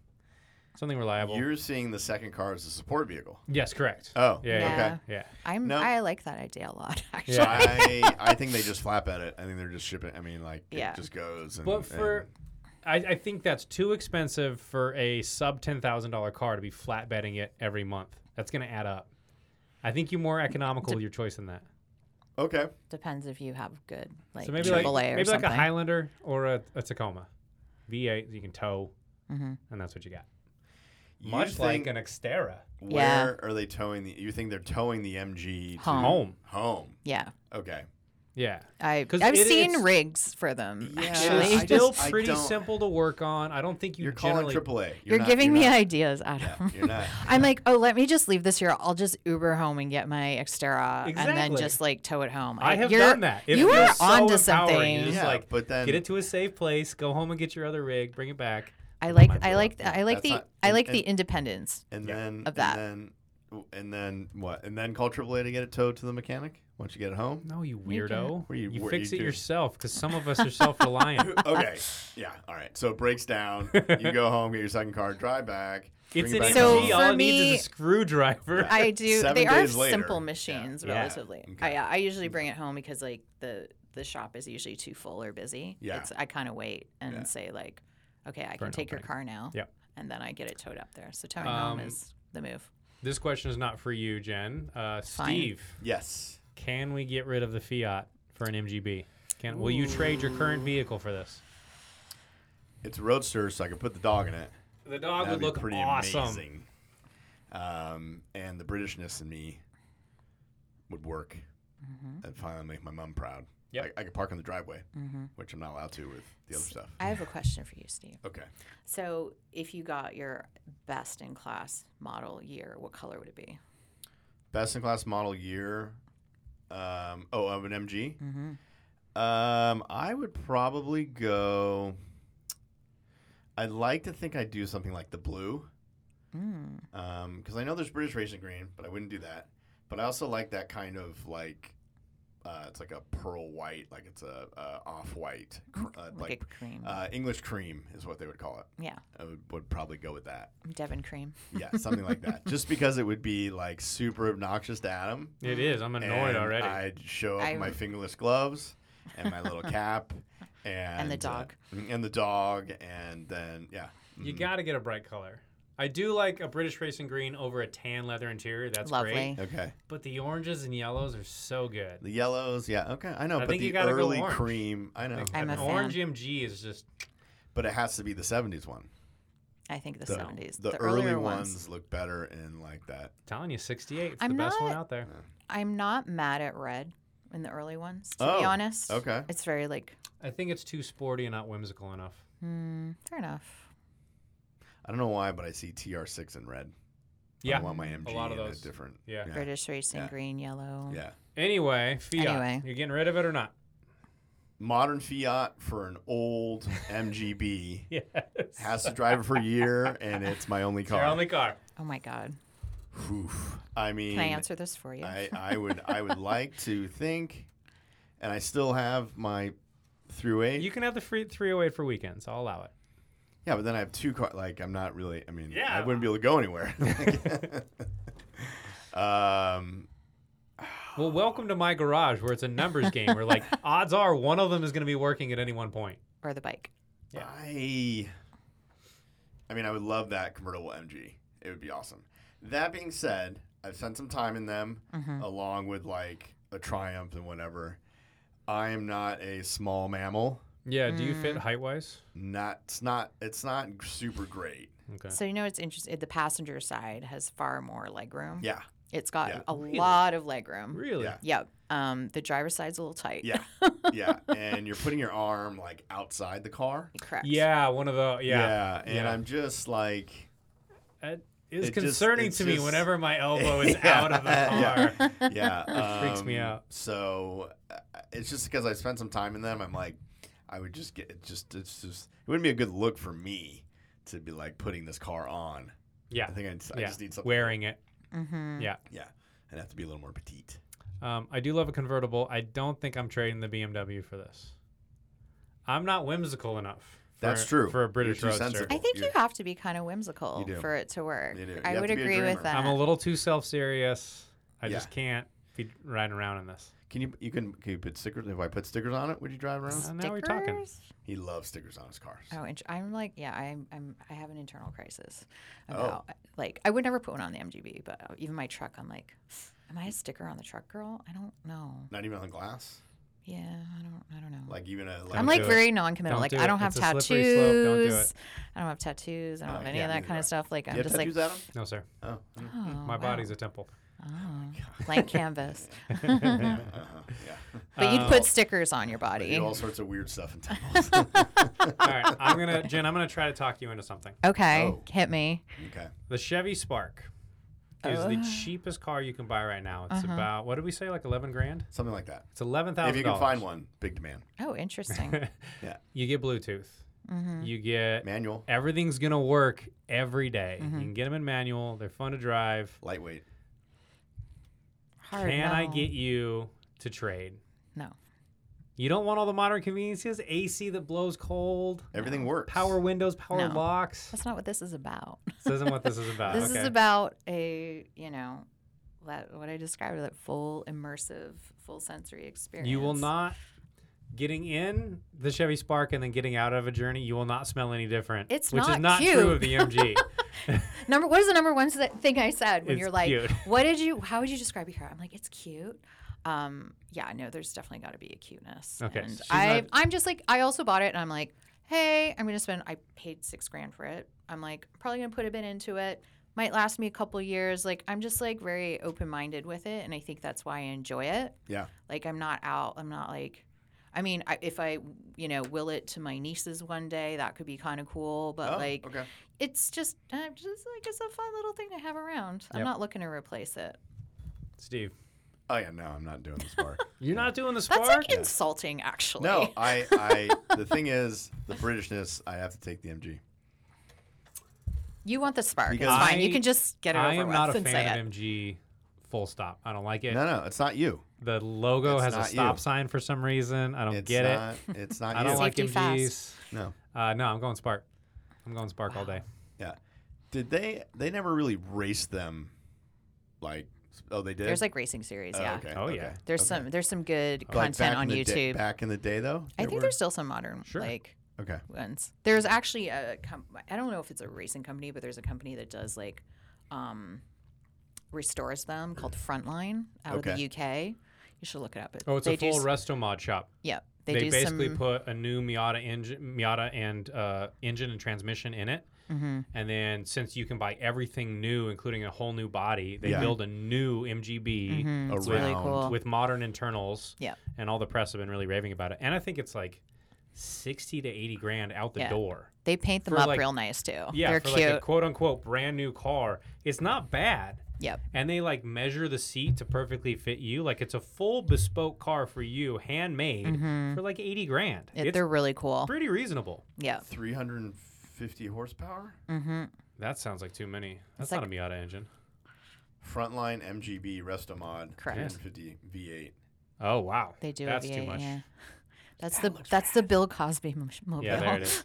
B: something reliable.
A: you're seeing the second car as a support vehicle.
B: yes, correct.
A: Oh,
B: yeah,
C: Yeah.
B: yeah, yeah.
C: I'm
A: No.
C: I like that idea a lot actually.
B: Yeah.
A: I I think they just flap at it. I think they're just shipping. I mean, like
C: Yeah.
A: it just goes. And,
B: But for,
A: and-
B: I, I think that's too expensive for a sub ten thousand dollar car to be flatbedding it every month. That's gonna add up. I think you're more economical with your choice than that.
A: okay,
C: Depends if you have good like
B: So maybe like
C: AAA
B: maybe
C: or
B: like
C: something.
B: a Highlander or a, a Tacoma, V8 that you can tow,
C: Mhm.
B: and that's what you got.
A: You
B: Much like
A: think-
B: an Xterra
A: where
C: Yeah.
A: are they towing the? You think they're towing the MG to
C: Home.
B: home.
A: home?
C: yeah.
A: Okay.
B: Yeah.
C: I
B: 'Cause
C: I've
B: it
C: seen
B: is-
C: rigs for them
A: Yeah.
C: actually.
A: I
B: It's still
A: just- I
B: pretty
A: don't-
B: simple to work on. I don't think you
A: You're calling
B: generally.
A: AAA. You're,
C: You're,
A: not-
C: giving
A: you're
C: me
A: not-
C: ideas, Adam.
A: Yeah, you're not.
C: I'm like, oh, let me just leave this here. I'll just Uber home and get my Xterra and then
B: Exactly.
C: just like tow it home.
B: I
C: Like,
B: have
C: you're-
B: done that. It
C: you
B: feels
C: are
B: so
C: onto
B: empowering.
C: something.
B: You're just
A: Yeah,
B: like
A: but then-
B: get it to a safe place, go home and get your other rig, bring it back.
C: I like,
B: Reminds me
C: I
B: a lot.
C: like, I like
A: That's
C: the,
A: not-
C: I
A: and-
C: like the
A: and-
C: independence.
A: And
B: Yeah.
A: then
C: Of that.
A: And then, and then what? And then call AAA to get it towed to the mechanic once you get it home.
B: No, you
C: You can-
B: weirdo.
A: Were
B: You,
A: you- were
B: fix
A: you
B: it
A: do-
B: yourself because some of us are self reliant.
A: okay. Yeah. All right. So it breaks down. You go home, get your second car, drive back. bring
B: It's
A: it
B: an
A: back
C: So
B: MG.
A: home.
B: All
C: for
B: it needs
C: me-
B: is a screwdriver.
C: I do.
A: Seven
C: they are
A: days later.
C: simple
A: Yeah.
C: machines,
B: Yeah.
C: relatively. I,
A: Okay. Mm.
C: yeah, I usually bring it home because like the the shop is usually too full or busy.
A: Yeah.
C: It's, I kind of wait and
A: Yeah.
C: say like, okay, I
B: For
C: can
B: an
C: take your
B: opening.
C: car now.
B: Yep.
C: And then I get it towed up there. So towing
B: Um,
C: home is the move.
B: This question is not for you, Jen. Uh,
C: Fine.
B: Steve,
A: Yes.
B: can we get rid of the Fiat for an MGB? Can, will you trade your current vehicle for this?
A: It's a roadster, so I could put the dog in it.
B: The dog
A: That'd
B: would
A: be
B: look
A: pretty
B: awesome.
A: amazing. Um, and the Britishness in me would work.
C: Mm-hmm.
A: And finally make my mom proud.
B: Yep.
A: I, I could park in the driveway, which I'm not allowed to with the other stuff.
C: I have a question for you, Steve.
A: Okay.
C: So if you got your best in class model year, what color would it be?
A: Best in class model year. Um, oh, of an MG.
C: Mm-hmm.
A: Um, I would probably go. I'd like to think I'd do something like the blue,
C: Mm.
A: because Um, I know there's British Racing Green, but I wouldn't do that. But I also like that kind of like, uh, it's like a pearl white, like it's a uh, off white, cr- uh,
C: Like,
A: like
C: a cream.
A: uh, English cream is what they would call it.
C: yeah,
A: I would, would probably go with that.
C: Devon cream.
A: Yeah, something like that. Just because it would be like super obnoxious to Adam,
B: It is. I'm annoyed
A: and
B: already.
A: I'd show up in my
C: I'm-
A: fingerless gloves and my little cap and,
C: the
A: uh,
C: dog.
A: and the dog and then yeah.
B: You
A: Mhm.
B: got to get a bright color. I do like a British racing green over a tan leather interior. That's
C: Lovely.
B: great.
A: Okay.
B: But the oranges and yellows are so good.
A: The yellows, yeah, okay. I know,
B: I
A: but
B: think
A: the
B: you gotta go
A: early
B: orange.
A: cream, I know.
B: Like,
C: I'm
B: an
C: a
B: orange MG is just
A: But it has to be the 70s one.
C: I think the,
A: The,
C: 70s.
A: the
C: The,
A: early
C: earlier
A: ones.
C: ones.
A: look better in like that.
B: telling you 68. It's the
C: I'm
B: best one
C: not-
B: out there.
C: I'm not mad at red in the early ones, to
A: Oh,
C: be honest.
A: okay.
C: It's very like,
B: I think it's too sporty and not whimsical enough.
A: Oh,
C: hmm, fair enough.
A: I don't know why, but I see TR6 in red.
B: Yeah.
A: I want my MG
B: lot of
A: in
B: those.
A: a different.
B: Yeah.
A: Yeah.
C: British racing,
A: Yeah.
C: green, yellow.
A: yeah.
B: Anyway, Fiat.
C: Anyway.
B: You're getting rid of it or not?
A: Modern Fiat for an old MGB.
B: Yes.
A: Has to drive it for a year, and it's my only car.
B: Your only car.
C: Oh my God.
A: Oof. I mean,
C: Can I answer this for you?
A: I, I would I would like to think, and I still have my through eight.
B: You can have the free 308 for weekends. I'll allow it.
A: yeah, but then I have two car. Like I'm not really. I mean, I
B: Yeah.
A: wouldn't be able to go anywhere. um,
B: Well, welcome to my garage where it's a numbers game where, like, odds are one of them is going to be working at any one point.
C: or the bike.
B: Yeah.
A: I. I mean, I would love that convertible MG. It would be awesome. That being said, I've spent some time in them,
B: Mm-hmm.
A: along with like a Triumph and whatever. I am not a small mammal.
C: Mm.
B: Yeah. Do you fit height wise?
A: not it's not it's not super great
B: Okay.
C: So you know it's interesting. The passenger side has far more legroom.
A: Yeah.
C: It's got
A: Yeah.
C: a lot of legroom.
B: really?
A: Yeah.
C: Yep. Um, the driver's side's a little tight.
A: Yeah. Yeah. and you're putting your arm like outside the car.
C: Correct.
B: Yeah, one of the yeah.
A: And
B: Yeah.
A: I'm just like,
B: It is
A: It just-
B: concerning
A: it's
B: to me
A: just-
B: whenever my elbow is
A: Yeah.
B: out of the
A: Yeah.
B: car.
A: yeah.
B: freaks me
A: um,
B: out.
A: So uh, it's just because I spent some time in them. I'm like, I would just get it. Just it's just it wouldn't be a good look for me to be like putting this car on.
B: Yeah.
A: I think I just, I
B: yeah.
A: just need something.
B: Wearing it.
C: Mm-hmm.
B: Yeah.
A: Yeah. I'd have to be a little more petite.
B: Um, I do love a convertible. I don't think I'm trading the BMW for this. I'm not whimsical enough. for-
A: That's true.
B: For a British
A: You're too
B: roadster.
A: sensible.
C: I think you
A: You're-
C: have to be kind of whimsical
A: You do.
C: for it to work.
A: You do. You
C: I
A: have
C: would
A: to be a
C: agree with
A: dreamer.
C: that.
B: I'm a little too self-serious. I
A: Yeah.
B: just can't be riding around in this.
A: Can you you can can you put stickers? If I put stickers on it, would you drive around?
B: Uh, now we're talking.
C: Stickers?
A: He loves stickers on his cars.
C: Uh-huh. Oh, int- I'm like, yeah, I'm, I'm, I have an internal crisis
A: Oh.
C: about like I would never put one on the MGB, but uh, even my truck, I'm like, am I a sticker on the truck, girl? I don't know.
A: Not even on glass.
C: Yeah, I don't, I don't know.
A: Like even a. Like
C: I'm
B: Don't
C: like
B: do it.
C: very non-committal.
B: Don't
C: Like
B: do
C: I
B: it.
C: don't have
B: It's a slippery slope. Don't do it. Uh,
C: tattoos. I don't have tattoos. I don't
A: Oh,
C: have any
A: yeah,
C: of that
A: neither
C: kind
A: do I.
C: of stuff. Like
A: you
C: I'm
A: have
C: just like,
A: tattoos, Adam?
B: No, sir.
A: Oh.
C: oh,
B: My
C: wow.
B: body's a temple.
C: oh, blank canvas.
A: yeah. Uh-huh. Yeah.
C: But you'd
B: Um,
C: put stickers on your
A: I
C: body.
A: do all sorts of weird stuff in temples.
B: All right, I'm gonna, Jen. I'm gonna try to talk you into something.
C: Okay,
A: Oh.
C: hit me.
A: okay.
B: The Chevy Spark is the
C: Uh.
B: cheapest car you can buy right now. It's
C: Uh-huh.
B: about what did we say? Like eleven grand.
A: Something like that.
B: It's eleven thousand.
A: If you can find one, big demand.
C: Oh, interesting.
A: Yeah.
B: you get Bluetooth.
C: mm-hmm.
B: You get
A: Manual,
B: everything's gonna work every day.
C: Mm-hmm.
B: You can get them in manual. They're fun to drive.
A: lightweight.
C: Hard
B: can I
C: no.
B: get you to trade?
C: no?
B: You don't want all the modern conveniences, AC that blows cold,
A: Everything works.
B: power windows, power
C: No.
B: locks.
C: That's not what this is about.
B: This isn't what this is about.
C: This
B: okay.
C: is about a you know that what I described that full immersive, full sensory experience.
B: You will not getting in the Chevy Spark and then getting out of a journey. You will not smell any different.
C: It's
B: which is
C: not
B: not true
C: cute.
B: of the MG.
C: Number what is the number one s- thing I said when
B: It's
C: you're like,
B: cute.
C: what did you? How would you describe your hair? I'm like, it's cute. Um, yeah, no, there's definitely got to be a cuteness.
B: Okay,
C: and
B: so she's
C: I
B: not-
C: I'm just like I also bought it and I'm like, hey, I'm gonna spend. I paid six grand for it. I'm like probably gonna put a bit into it. Might last me a couple years. Like I'm just like very open minded with it, and I think that's why I enjoy it.
A: Yeah.
C: Like I'm not out. I'm not like. I mean, I, if I, you know, will it to my nieces one day, that could be kind of cool. But
A: oh,
C: like,
A: okay.
C: it's just, uh, just like it's a fun little thing to have around. I'm
B: Yep.
C: not looking to replace it.
B: Steve,
A: Oh yeah, no, I'm not doing the spark.
B: you're not doing the
C: That's
B: Spark.
C: like insulting, actually.
A: no, I, I. The thing is, the Britishness. I have to take the MG.
C: you want the spark. It's
A: Because
C: fine.
B: I-
C: You can just get it over
B: I am
C: with
B: not a
C: and say
B: fan
C: it.
B: of MG. Full stop. I don't like it.
A: No, no, it's not you.
B: The logo
A: It's
B: has a
A: not
B: stop
A: you.
B: sign for some reason. I don't
A: It's
B: get
A: not.
B: it.
A: It's not
B: I
A: you.
B: don't like
C: Safety fast.
B: MGs.
A: no.
B: Uh, no, I'm going Spark. I'm going Spark all day.
A: Yeah. Did they? They never really raced them. Like, oh, they did.
C: There's like racing series,
A: Oh,
C: yeah.
A: okay,
B: Oh,
A: okay.
B: yeah.
C: There's
A: Okay.
C: some there's some good
A: Like,
C: content
A: back
C: on
A: in the day-
C: YouTube.
A: back in the day, though.
C: I
A: there
C: think
A: were-
C: there's still some modern
B: Sure.
C: like
A: Okay.
C: ones. There's actually a com- I don't know if it's a racing company, but there's a company that does like um, restores them called Frontline out of
A: Okay.
C: the UK. You should look it up. It-
B: Oh, it's
C: they
B: a full
C: do, s-
B: resto mod shop.
C: Yeah, they,
B: They,
C: do
B: basically
C: some.
B: put a new Miata engine, Miata and uh, engine and transmission in it.
C: Mhm.
B: And then since you can buy everything new, including a whole new body, they
A: Yeah.
B: build a new MGB
C: Mhm, It's
A: around
C: really cool.
B: with modern internals.
C: Yeah.
B: And all the press have been really raving about it. And I think it's like 60 to 80 grand out the
C: Yeah.
B: door.
C: They paint them
B: for,
C: up
B: like-
C: real nice too.
B: Yeah.
C: They're
B: for
C: cute.
B: like a quote unquote brand new car. It's not bad.
C: yep.
B: And they like measure the seat to perfectly fit you. Like it's a full bespoke car for you, handmade for like 80 grand.
C: Mm-hmm. It-
B: it's
C: they're really cool.
B: pretty reasonable.
C: Yeah.
A: 350 horsepower.
C: Mm-hmm.
B: That sounds like too many. That's
C: It's
B: not
C: like-
B: a Miata engine.
A: Frontline MGB Restomod.
C: Correct.
A: 350 V8.
B: Oh wow,
C: They do.
B: That's
C: a
B: too
C: V8,
B: much.
C: Yeah. That's the that's the Bill Cosby m- mobile.
B: Yeah, there it is.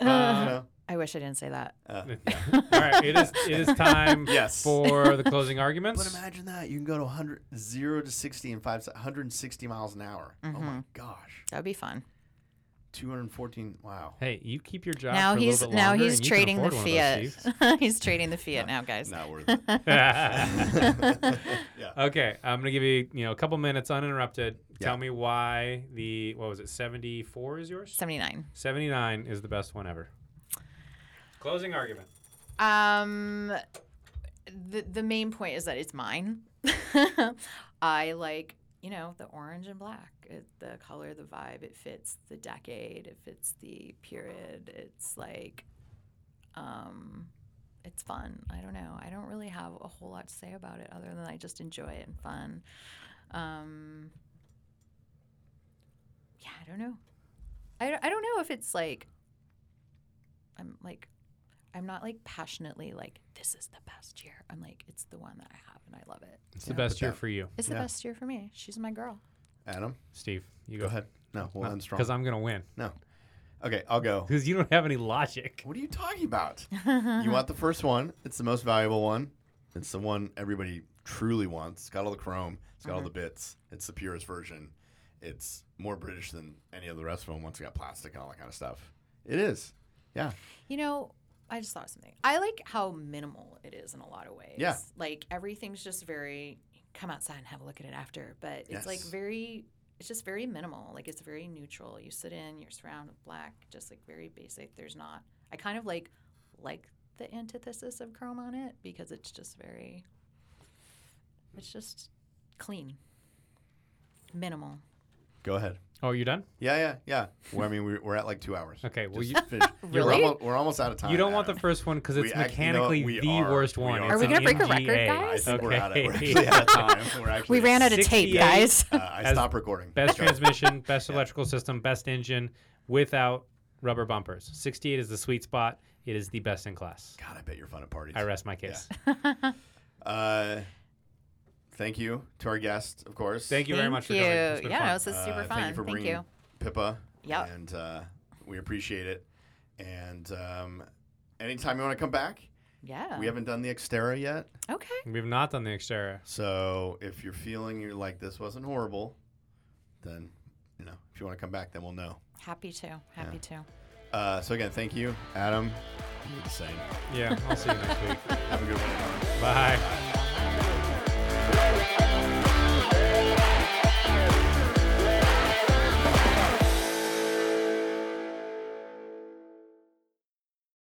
A: Uh,
C: I wish I didn't say that.
A: uh,
B: All right, it is it is time
A: Yes.
B: for the closing
A: But
B: arguments.
A: imagine that you can go to 100, 0 to 60 in five, se- 160 miles an hour. Oh my gosh,
C: That'd be fun.
A: 214. Wow.
B: Hey, you keep your job.
C: now
B: for
C: he's
B: a little bit
C: now
B: longer
C: he's
B: and you can
C: trading the
B: afford one of those,
C: Fiat. he's trading the Fiat now, guys.
A: Not worth it.
B: Steve.
A: yeah.
B: okay, I'm gonna give you you know a couple minutes uninterrupted. Tell
A: Yeah.
B: me why the what was it 74 is yours?
C: Seventy nine.
B: 79 is the best one ever. Closing argument.
C: Um, the the main point is that it's mine. I like you know the orange and black, it, the color, the vibe. It fits the decade. It fits the period. It's like, um, it's fun. I don't know. I don't really have a whole lot to say about it other than I just enjoy it and fun. Um, yeah, I don't know. I don't, I don't know if it's like I'm like I'm not like passionately like this is the best year. I'm like it's the one that I have and I love it.
E: It's
A: Yeah,
E: the best
A: but
E: year
A: that-
E: for you,
C: It's the
A: Yeah.
C: best year for me. She's my girl.
A: Adam,
E: Steve. You
A: go ahead. No, we'll end strong.
E: Because I'm gonna win.
A: Okay, I'll go.
E: Because you don't have any logic.
A: What are you talking about? you want the first one. It's the most valuable one. It's the one everybody truly wants. It's got all the chrome. It's got all the bits. It's the purest version. It's more British than any of the rest of them. Once it got plastic and all that kind of stuff. It is. Yeah.
C: You know, I just thought of something. I like how minimal it is in a lot of ways.
A: Yeah.
C: Like everything's just very come outside and have a look at it after, but it's like
A: Yes.
C: very it's just very minimal. Like it's very neutral. You sit in, you're surrounded with black, just like very basic. There's not I kind of like like the antithesis of chrome on it because it's just very it's just clean. Minimal.
A: Go ahead.
E: Oh, you done?
A: Yeah, yeah, yeah. Well, I mean, we're, we're at like two hours.
E: Okay. Well,
A: Just
E: you,
A: finish. we're,
C: Really?
A: almost, we're almost out of time.
E: you don't want the
A: Adam.
E: first one because
A: We
E: it's
A: act- you know what?
E: mechanically
A: We
E: the
A: are-
E: worst
A: we
E: one.
A: are.
E: It's
A: Are we
E: an
C: gonna break a record,
E: MGA.
A: I
C: guys?
A: think we're out of. We're
E: Okay.
A: actually out of time. We're actually
C: We ran out of tape,
E: 68.
C: guys.
A: Uh, I
E: As-
A: stopped recording.
E: Best
A: Okay.
E: transmission, best electrical system, best engine without rubber bumpers. 68 is the sweet spot. It is the best in class.
A: God, I bet you're fun at parties.
E: I rest my case.
A: Uh, thank you to our guest, of course.
E: Thank you very much for
C: Thank
E: coming.
C: you.
E: It's been
C: Yeah,
E: fun.
C: no, this is
A: Uh,
C: super fun.
A: Thank you for bringing Pippa.
C: Yep.
A: And uh, we appreciate it. And um, anytime you want to come back,
C: Yeah.
A: we haven't done the Xterra yet.
C: okay.
E: We've not done the Xterra.
A: So if you're feeling you're like this wasn't horrible, then you know if you want to come back, then we'll know.
C: Happy to. Happy to.
A: Uh, so again, thank you, Adam. You're the same.
E: Yeah, I'll see you next week.
A: Have a good one. everyone.
E: Bye.